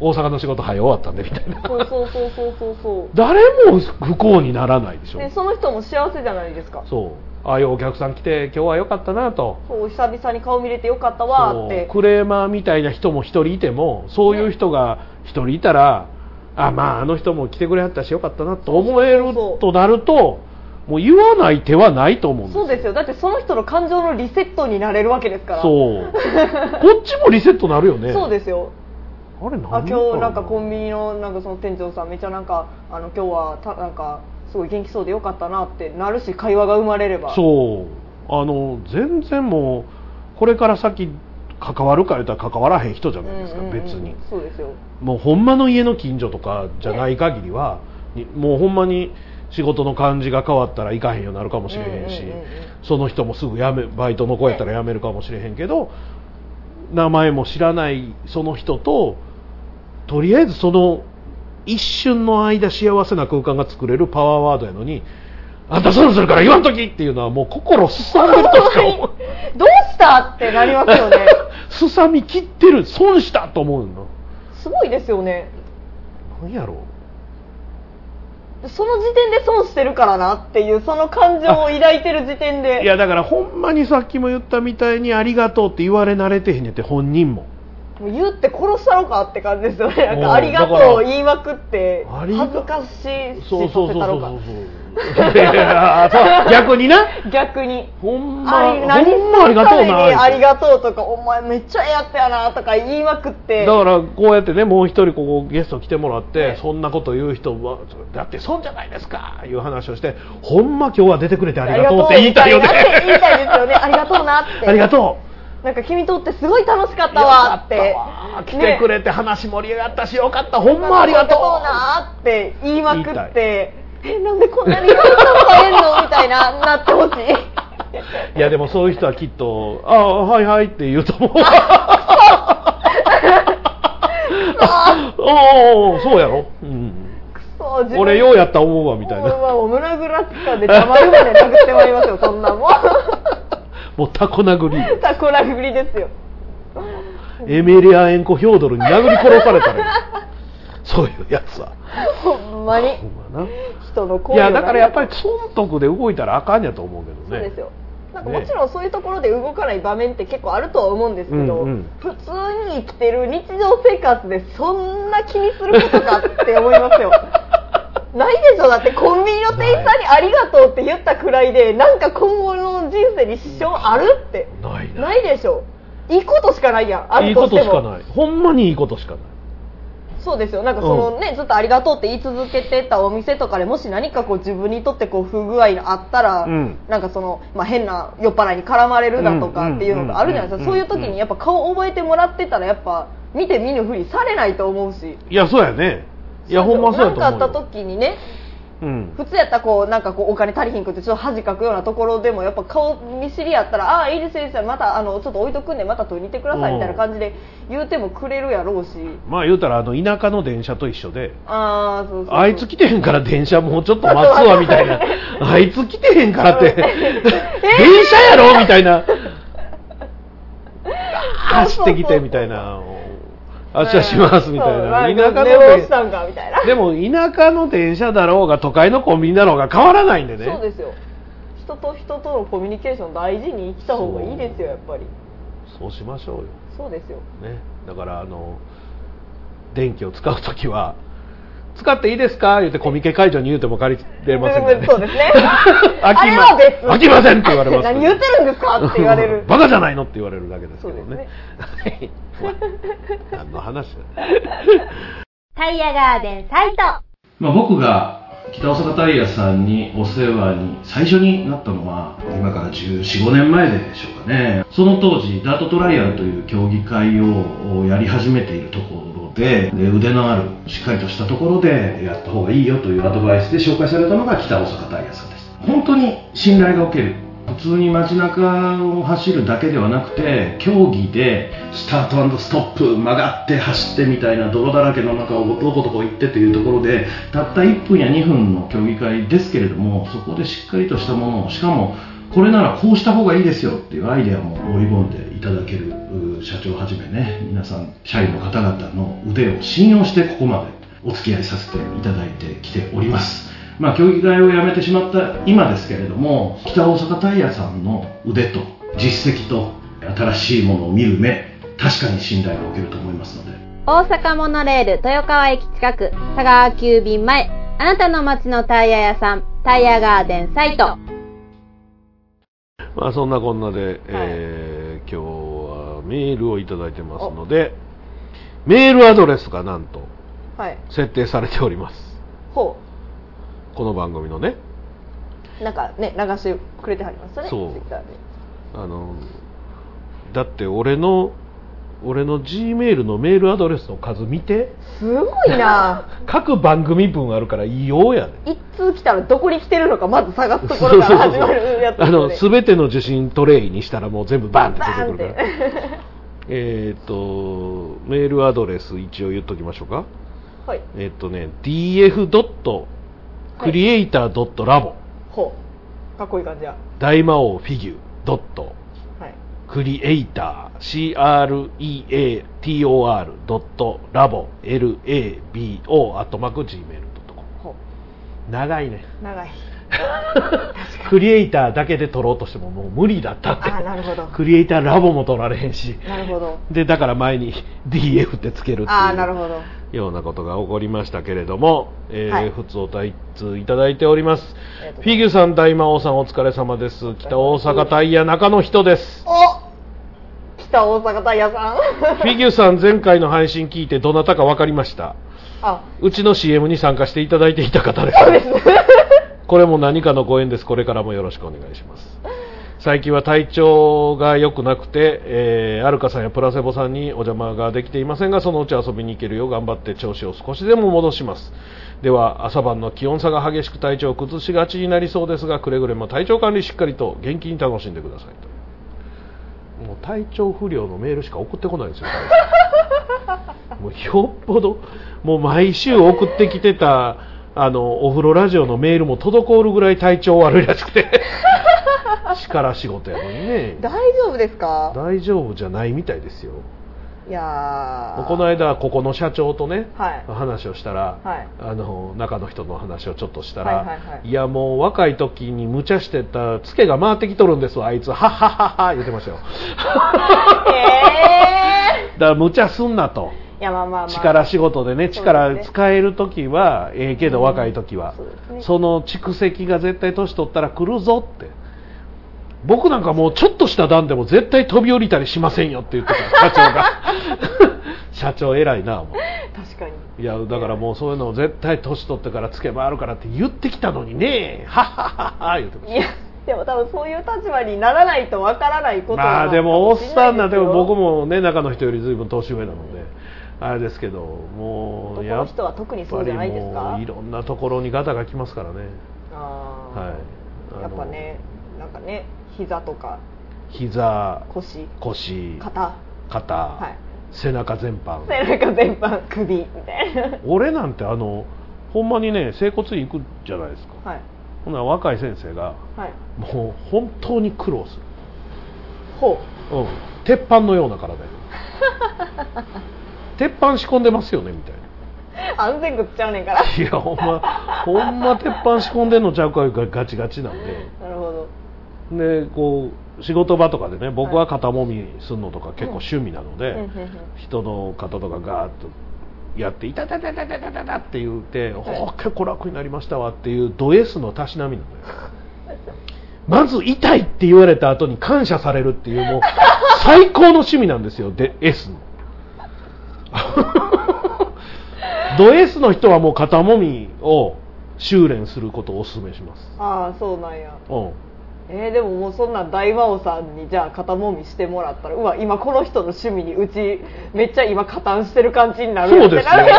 大阪の仕事早終わったんでみたいなそうそうそうそうそうそう誰も不幸にならないでしょでその人も幸せじゃないですかそうああいうお客さん来て今日は良かったなとそう久々に顔見れてよかったわーっそうてクレーマーみたいな人も一人いてもそういう人が一人いたら、あまああの人も来てくれはったしよかったなと思えそるうそうそうとなるともう言わない手はないと思うんですそうですよだってその人の感情のリセットになれるわけですからそうこっちもリセットなるよねそうですよあれ何あ今日なんかコンビビニのなんかその店長さんめっちゃなんかあの今日はたなんかすごい元気そうでよかったなってなるし会話が生まれればそうあの全然もうこれから先関わるか言ったら関わらへん人じゃうないですか、んうんうん別にそうですよもうほんまの家の近所とかじゃない限りは、にもうほんまに仕事の感じが変わったら行かへんようになるかもしれへんし、うんうんうんうんその人もすぐ辞めバイトの子やったら辞めるかもしれへんけど、名前も知らないその人ととりあえずその一瞬の間幸せな空間が作れるパワーワードやのにあんたそろそろから言わんときっていうのはもう心すさむとしか思うどうしたってなりますよねすさみ切ってる損したと思うのすごいですよね何やろうその時点で損してるからなっていうその感情を抱いてる時点でいやだからほんまにさっきも言ったみたいにありがとうって言われ慣れてへんねんって本人ももう言って殺したろかって感じですよねなんもうかありがとだからうを言いまくってありが恥ずかしいしそうそうそうさせたそろうかそういやそう逆にな逆にほんまあほれん何するまありがとうためになありがとうとかお前めっちゃええやったやなとか言いまくってだからこうやってねもう一人ここゲスト来てもらって、はいそんなこと言う人はだって損じゃないですかいう話をしてほんま今日は出てくれてありがとうって言いたいよねありがとうって言いたいですよねありがとうなっ てありがとうなんか君とってすごい楽しかったわってよかったわ来てくねれて話盛り上がったしよかったほんまありがとうなって言いまく言いったてえなんでこんなに喜んえんのみたいななってほしいいやでもそういう人はきっと「ああはいはい」って言うと 思うあおーそうやろ、うん、くそ自分 俺ようやった思うわみたいもうなわオムラグラツカで邪魔馬で殴ってまいりますよそん なもんもうタコ殴りタコラグリですよエメリア・エンコ・ヒョードルに殴り殺されたらよそういうやつはほんまにほんまな人の声いやだからやっぱり損得で動いたらあかんやと思うけどねそうですよなんかねもちろんそういうところで動かない場面って結構あるとは思うんですけど、うんうん普通に生きてる日常生活でそんな気にすることかって思いま すよないでしょだってコンビニの店員さんに「ありがとう」って言ったくらいでなんか今後の人生に支障あるってないなないでしょいいことしかないやんあいいることとしてしもかないほんまにいいことしかないそうですよなんかそのね、ずっとありがとうって言い続けてたお店とかでもし何かこう自分にとってこう不具合があったら、うんなんかその、まあ、変な酔っ払いに絡まれるだとかっていうのがあるじゃないですか、うんうんうんそういう時にやっぱ顔覚えてもらってたらやっぱ見て見ぬふりされないと思うしいやそうやねいやほんまそうやと思うよなんかあった時にねうん普通やったらこうなんかこうお金足りひんくってちょっと恥かくようなところでもやっぱ顔見知りやったら「ああーいいですいいですまたあのちょっと置いとくんでまた取りに行ってください」みたいな感じで言うてもくれるやろうしまあ言うたらあの田舎の電車と一緒でああそうそうそうあいつ来てへんから電車もうちょっと待つわみたい なあいつ来てへんからって電車やろみたい な走ってきてみたいなそうあしゃしますみたそうないんなか田舎の寝坊電したんかみたいなでも田舎の電車だろうが都会のコンビニだろうが変わらないんでねそうですよ人と人とのコミュニケーション大事に生きた方がいいですよやっぱりそうしましょうよそうですよね、だからあの電気を使うときは使っていいですか言ってコミケ会場に言うても借りれませんからねそうですね 飽あきれまは別飽きませんって言われます何言ってるんですかって言われる バカじゃないのって言われるだけですけどそうでねはい何の話タイヤガーデンサイトまあ、僕が北大阪タイヤさんにお世話に最初になったのは今から1415年前でしょうかねその当時ダートトライアルという競技会をやり始めているところでで腕のあるしっかりとしたところでやった方がいいよというアドバイスで紹介されたのが北大阪タイヤさんです本当に信頼がおける普通に街中を走るだけではなくて競技でスタートストップ曲がって走ってみたいな泥だらけの中をどこどこ行ってというところでたった1分や2分の競技会ですけれどもそこでしっかりとしたものをしかもこれならこうした方がいいですよっていうアイデアも織り込んでいただけるう社長はじめね皆さん社員の方々の腕を信用してここまでお付き合いさせていただいてきておりますまあ競技会をやめてしまった今ですけれども北大阪タイヤさんの腕と実績と新しいものを見る目確かに信頼がおけると思いますので大阪モノレール豊川駅近く佐川急便前あなたの街のタイヤ屋さんタイヤガーデンサイト まあそんなこんなで、えー今日はメールをいただいてますのでメールアドレスがなんとはい設定されておりますほこの番組のねうなんかね流してくれてはりますねそう Twitter であのだって俺の俺の G メールのメールアドレスの数見てすごいな各番組分あるから異様やね一通来たらどこに来てるのかまず探すところから始まるやつあのですよね全ての受信トレイにしたらもう全部バンって出てくるバからえーっとメールアドレス一応言っときましょうかはいえーっとね df.creator.labo、ほうかっこいい感じや大魔王フィギュドットはいクリエイター creator.labo labo アットマーク gmail.com ほ長いねう長いクリエイターだけで取ろうとしてももう無理だったってあなるほどクリエイターラボも取られへんしなるほどでだから前に DF ってつけるってああいなるうほどようなことが起こりましたけれども、えーはい普通おたいついただいておりますりがとうございますフィギュさん大魔王さんお疲れ様です北大阪タイヤ中の人ですお北大阪タイヤ さんフィギュさん前回の配信聞いてどなたか分かりましたあうちの CM に参加していただいていた方ですこれも何かのご縁ですこれからもよろしくお願いします最近は体調が良くなくて、えーアルカさんやプラセボさんにお邪魔ができていませんがそのうち遊びに行けるよう頑張って調子を少しでも戻しますでは朝晩の気温差が激しく体調を崩しがちになりそうですがくれぐれも体調管理しっかりと元気に楽しんでくださいともう体調不良のメールしか送ってこないんですよ もうよっぽどもう毎週送ってきてたあのお風呂ラジオのメールも滞るぐらい体調悪いらしく て力仕事やのにね大丈夫ですか大丈夫じゃないみたいですよいやーこの間ここの社長とね、はい話をしたら、 はいあの中の人の話をちょっとしたはいはいらはいいやもう若い時に無茶してたツケが回ってきとるんですわあいつはっはっはっは言ってましたよえだから無茶すんなとーいやまあまあまあ力仕事でねそうですね力使える時はええけど若い時は、そうですねその蓄積が絶対年取ったら来るぞって僕なんかもうちょっとした段でも絶対飛び降りたりしませんよって言ってた社長 が社長偉いな思う確かにいやだからもうそういうのを絶対年取ってからつけ回るからって言ってきたのにねはっはっはっは言ってましたいやでも多分そういう立場にならないとわからないことなのまあかでもおっしれさいんなすでよも僕もね中の人よりずいぶん年上なのであれですけどもう男の人は特にそうじゃないですかやっぱりもういろんなところにガタがきますからね、あーはい、やっぱあねなんかね膝とかの膝腰腰肩、肩、はい、背中全般背中全般首みたいな俺なんてあのほんまにね整骨院行くじゃないですか、はいほんなら若い先生がはいもう本当に苦労する、ほうん、鉄板のような体で 鉄板仕込んでますよねみたいなう安全靴ちゃうねんからいやほんまほんま鉄板仕込んでんのちゃうかいうかガチガチなんなるほどででこう仕事場とかでね僕は肩もみするのとか結構趣味なので、うんうんうん人の肩とかガーッとやって「いたたたたたたたた」って言って「おー結構楽になりましたわ」っていうド S のたしなみなのよまず痛いって言われた後に感謝されるっていうもう最高の趣味なんですよで S の ド S の人はもう肩もみを修練することをお勧めしますああそうなんやうんえー、でももうそんなん大魔王さんにじゃあ肩もみしてもらったらうわ今この人の趣味にうちめっちゃ今加担してる感じになるそうですよよ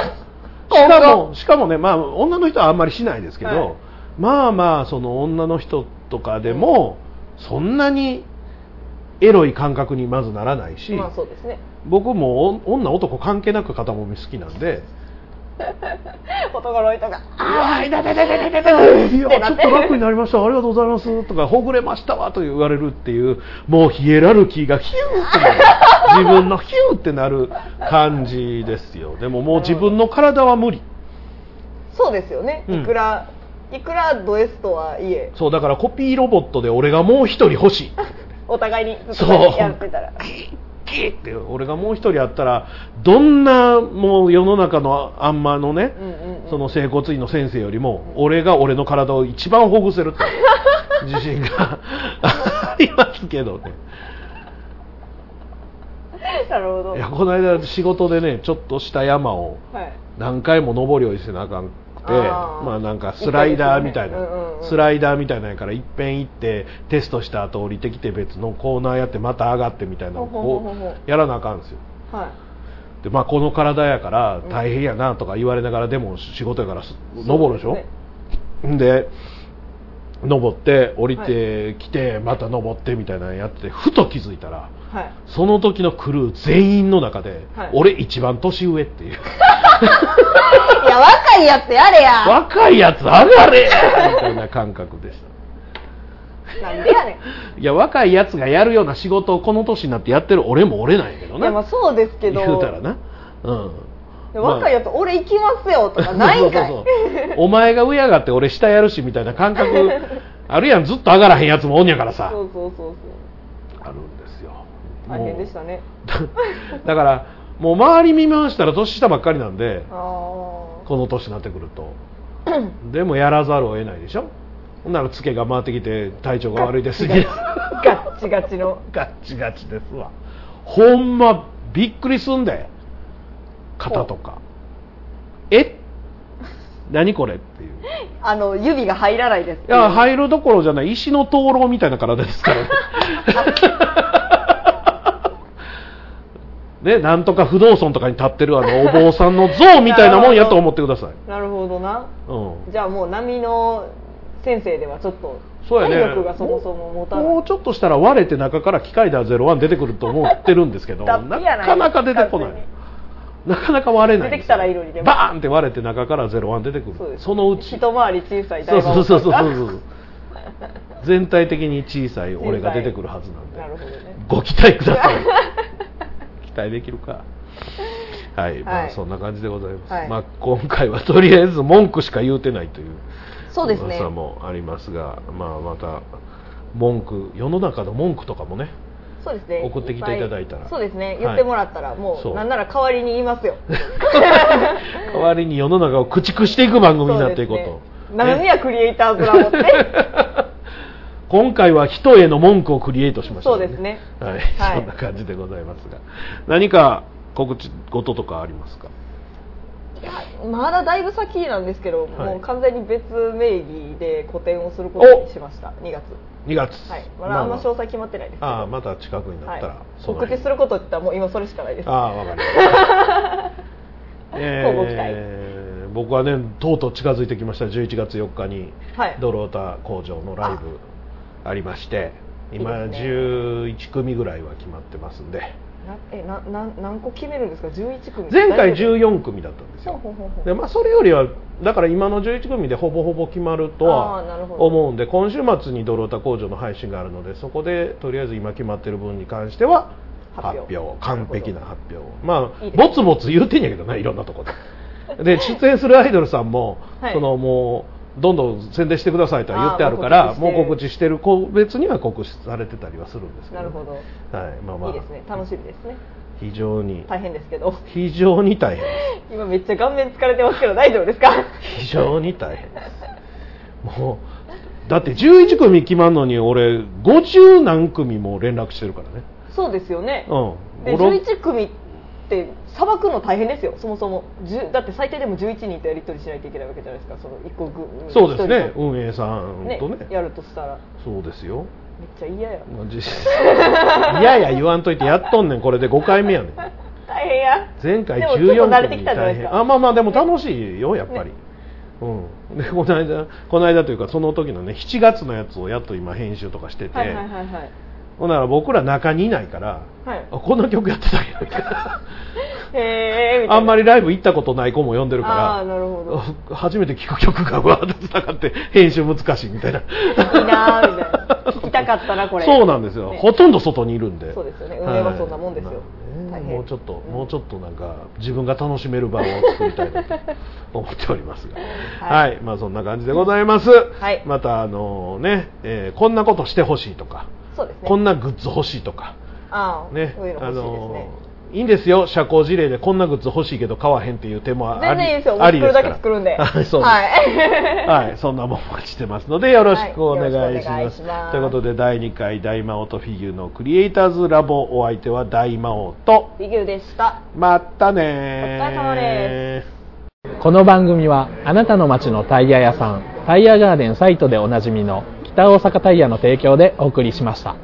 しかもしかもね、まあ、女の人はあんまりしないですけど、はいまあまあその女の人とかでも、そんなにエロい感覚にまずならないし、まあそうですね僕もお女男関係なく肩もみ好きなんで男の人が「ああ痛い痛い痛い痛い痛い痛いいやってなちょっってと楽になりましたありがとうございます」とか「ほぐれましたわ」と言われるっていうもうヒエラルキーがヒューってなる自分のヒューってなる感じですよでももう自分の体は無理そうですよねうんいくら、いくらド S とはいえそうだからコピーロボットで俺がもう一人欲しいお互いにずっそとうやってたらキ ーって俺がもう一人あったらどんなもう世の中のあんまのね、うんうんうんその整骨院の先生よりも俺が俺の体を一番ほぐせるって いう自信が ありますけどねなるほどいやこの間仕事でねちょっとした山をはい何回も登り降りせなあかんくてあーまあなんかスライダーみたいな、いっぱいですよねうんうんうんスライダーみたいなやからいっぺん行ってテストした後降りてきて別のコーナーやってまた上がってみたいなのをほほほほほこうやらなあかんんですよはいでまあこの体やから大変やなとか言われながらでも仕事やからす登るでしょそうすねで登って降りてきてまた登ってみたいなのやっててふと気づいたらはいその時のクルー全員の中ではい俺一番年上っていういや、若いやつやれや。若いやつ上がれみたいな感覚でしたなんでやねんいや若いやつがやるような仕事をこの年になってやってる俺も俺なんやけどいやまあなそうですけど言うたらなうんで若いやつ、俺行きますよとかないんかいそうそうそうお前が上上がって俺下やるしみたいな感覚 あるやんずっと上がらへんやつもおんやからさそうそうそうそうあるんですよ大変でしたねもうだ からもう周り見回したら年下ばっかりなんであこの年になってくるとでもやらざるを得ないでしょほんならツケが回ってきて体調が悪いですみたいなあガッチガチの ガッチガチですわほんまびっくりすんで肩とかえ何これっていうあの指が入らないですいや入るどころじゃない石の灯籠みたいな体ですからねねなんとか不動尊とかに立ってるあのお坊さんの像みたいなもんやと思ってください、なるほどなうん、じゃあもう波の先生ではちょっとそうやね体力がそもそも持たないもうちょっとしたら割れて中から機械だ01出てくると思ってるんですけど 脱な皮やないかなか出てこな完全いなかなか割れない出てきたらいいのにでもバーンって割れて中から01出てくるそうですのうち一回り小さいそう大魔そう王そさうそんうがそうそう全体的に小さい俺が出てくるはずなんで なるほどねご期待ください 期待できるかはい、まはあいそんな感じでございます、はいまあ今回はとりあえず文句しか言うてないというそうですね噂。もありますが、まあ、また文句世の中の文句とかもねそうですね送ってきていただいたらっぱそうですねはい言ってもらったら、もそううなんなら代わりに言いますよ代わりに世の中を駆逐していく番組になっていこうとそうですね何やクリエイターズラボって 今回は人への文句をクリエイトしました、そうですねはい、はいそんな感じでございますが何か告知事とかありますかまだだいぶ先なんですけど、はいもう完全に別名義で個展をすることにしました2月2月、はいまだあんま詳細決まってないですけど、ああまた近くになはったら、い、その告知辺することって言ったらもう今それしかないです ああわかりましたご期待えー僕はねとうとう近づいてきました11月4日にはいドロータ工場のライブありまして今いいですね11組ぐらいは決まってますんでなえなな何個決めるんですか11組前回大丈14組だったんです夫ほうよほうほうほうでまあそれよりはだから今の11組でほぼほぼ決まるとあーなるはほど思うんで今週末にドロータ工場の配信があるのでそこでとりあえず今決まってる分に関しては発発表表完璧な発表まあいいですねぼつぼつ言うてんやけどないろんなとこで で出演するアイドルさんも、はいそのもうどんどん宣伝してくださいとは言ってあるからあーももうう告告知してる個別には告知されてたりはするんですけどなるほど、はいまあまあいいですね楽しみですね非常に大変ですけど 非常に大変今めっちゃ顔面疲れてますけど大丈 夫ですか非常に大変ですもうだって11組決まるのに俺50何組も連絡してるからねそうですよね、うんで五六11組ってさばくの大変ですよそもそもじゅだって最低でも11人とやり取りしないといけないわけじゃないですかその1個ぐそうですね一運営さん人ととねねやるとしたらそうですよめっちゃ嫌やまあ実際 いやいや言わんといてやっとんねんこれで5回目やねん大変や前回でもちょっと慣14れて組きたんじゃな大いです変かあまあまあでも楽しいよやっぱり、うん、でこの間この間というかその時のね7月のやつをやっと今編集とかしてて、はいはいはいはいほんなら僕ら中にいないからはいあこんな曲やってたんやみたいな へえみたいなあんまりライブ行ったことない子も呼んでるあーかなるほどら、初めて聴く曲が わーって繋がって、編集難しいみたいな。いいなーみたいな聞きたかったなこれそうなんですよ、ねほとんど外にいるんで。そうですよねい運営はそんなもんですよまあ大ね変もうちょっと、うんもうちょっとなんか、自分が楽しめる場を作 りたいなと思っておりますが。は、はいまあそんな感じでございます。いまた、あのね、えーこんなことしてほしいとか、そうですねこんなグッズ欲しいとか。ああねこういうのあ欲しいですねのいいんですよ社交辞令でこんなグッズ欲しいけど買わへんっていう手もあり全然いいですよ あ作りるですかだらけ作るんではいそうです、はいはい、そんなもんお待ちしてますのでよろしくお願はいよいろししくお願まいす,、しますということで第2回大魔王とフィギュのクリエイターズラボお相手は大魔王と ビギューでしたまたねおお疲れ様ですこの番組はあなたの街のタイヤ屋さんタイヤガーデンサイトでおなじみの北大阪タイヤの提供でお送りしました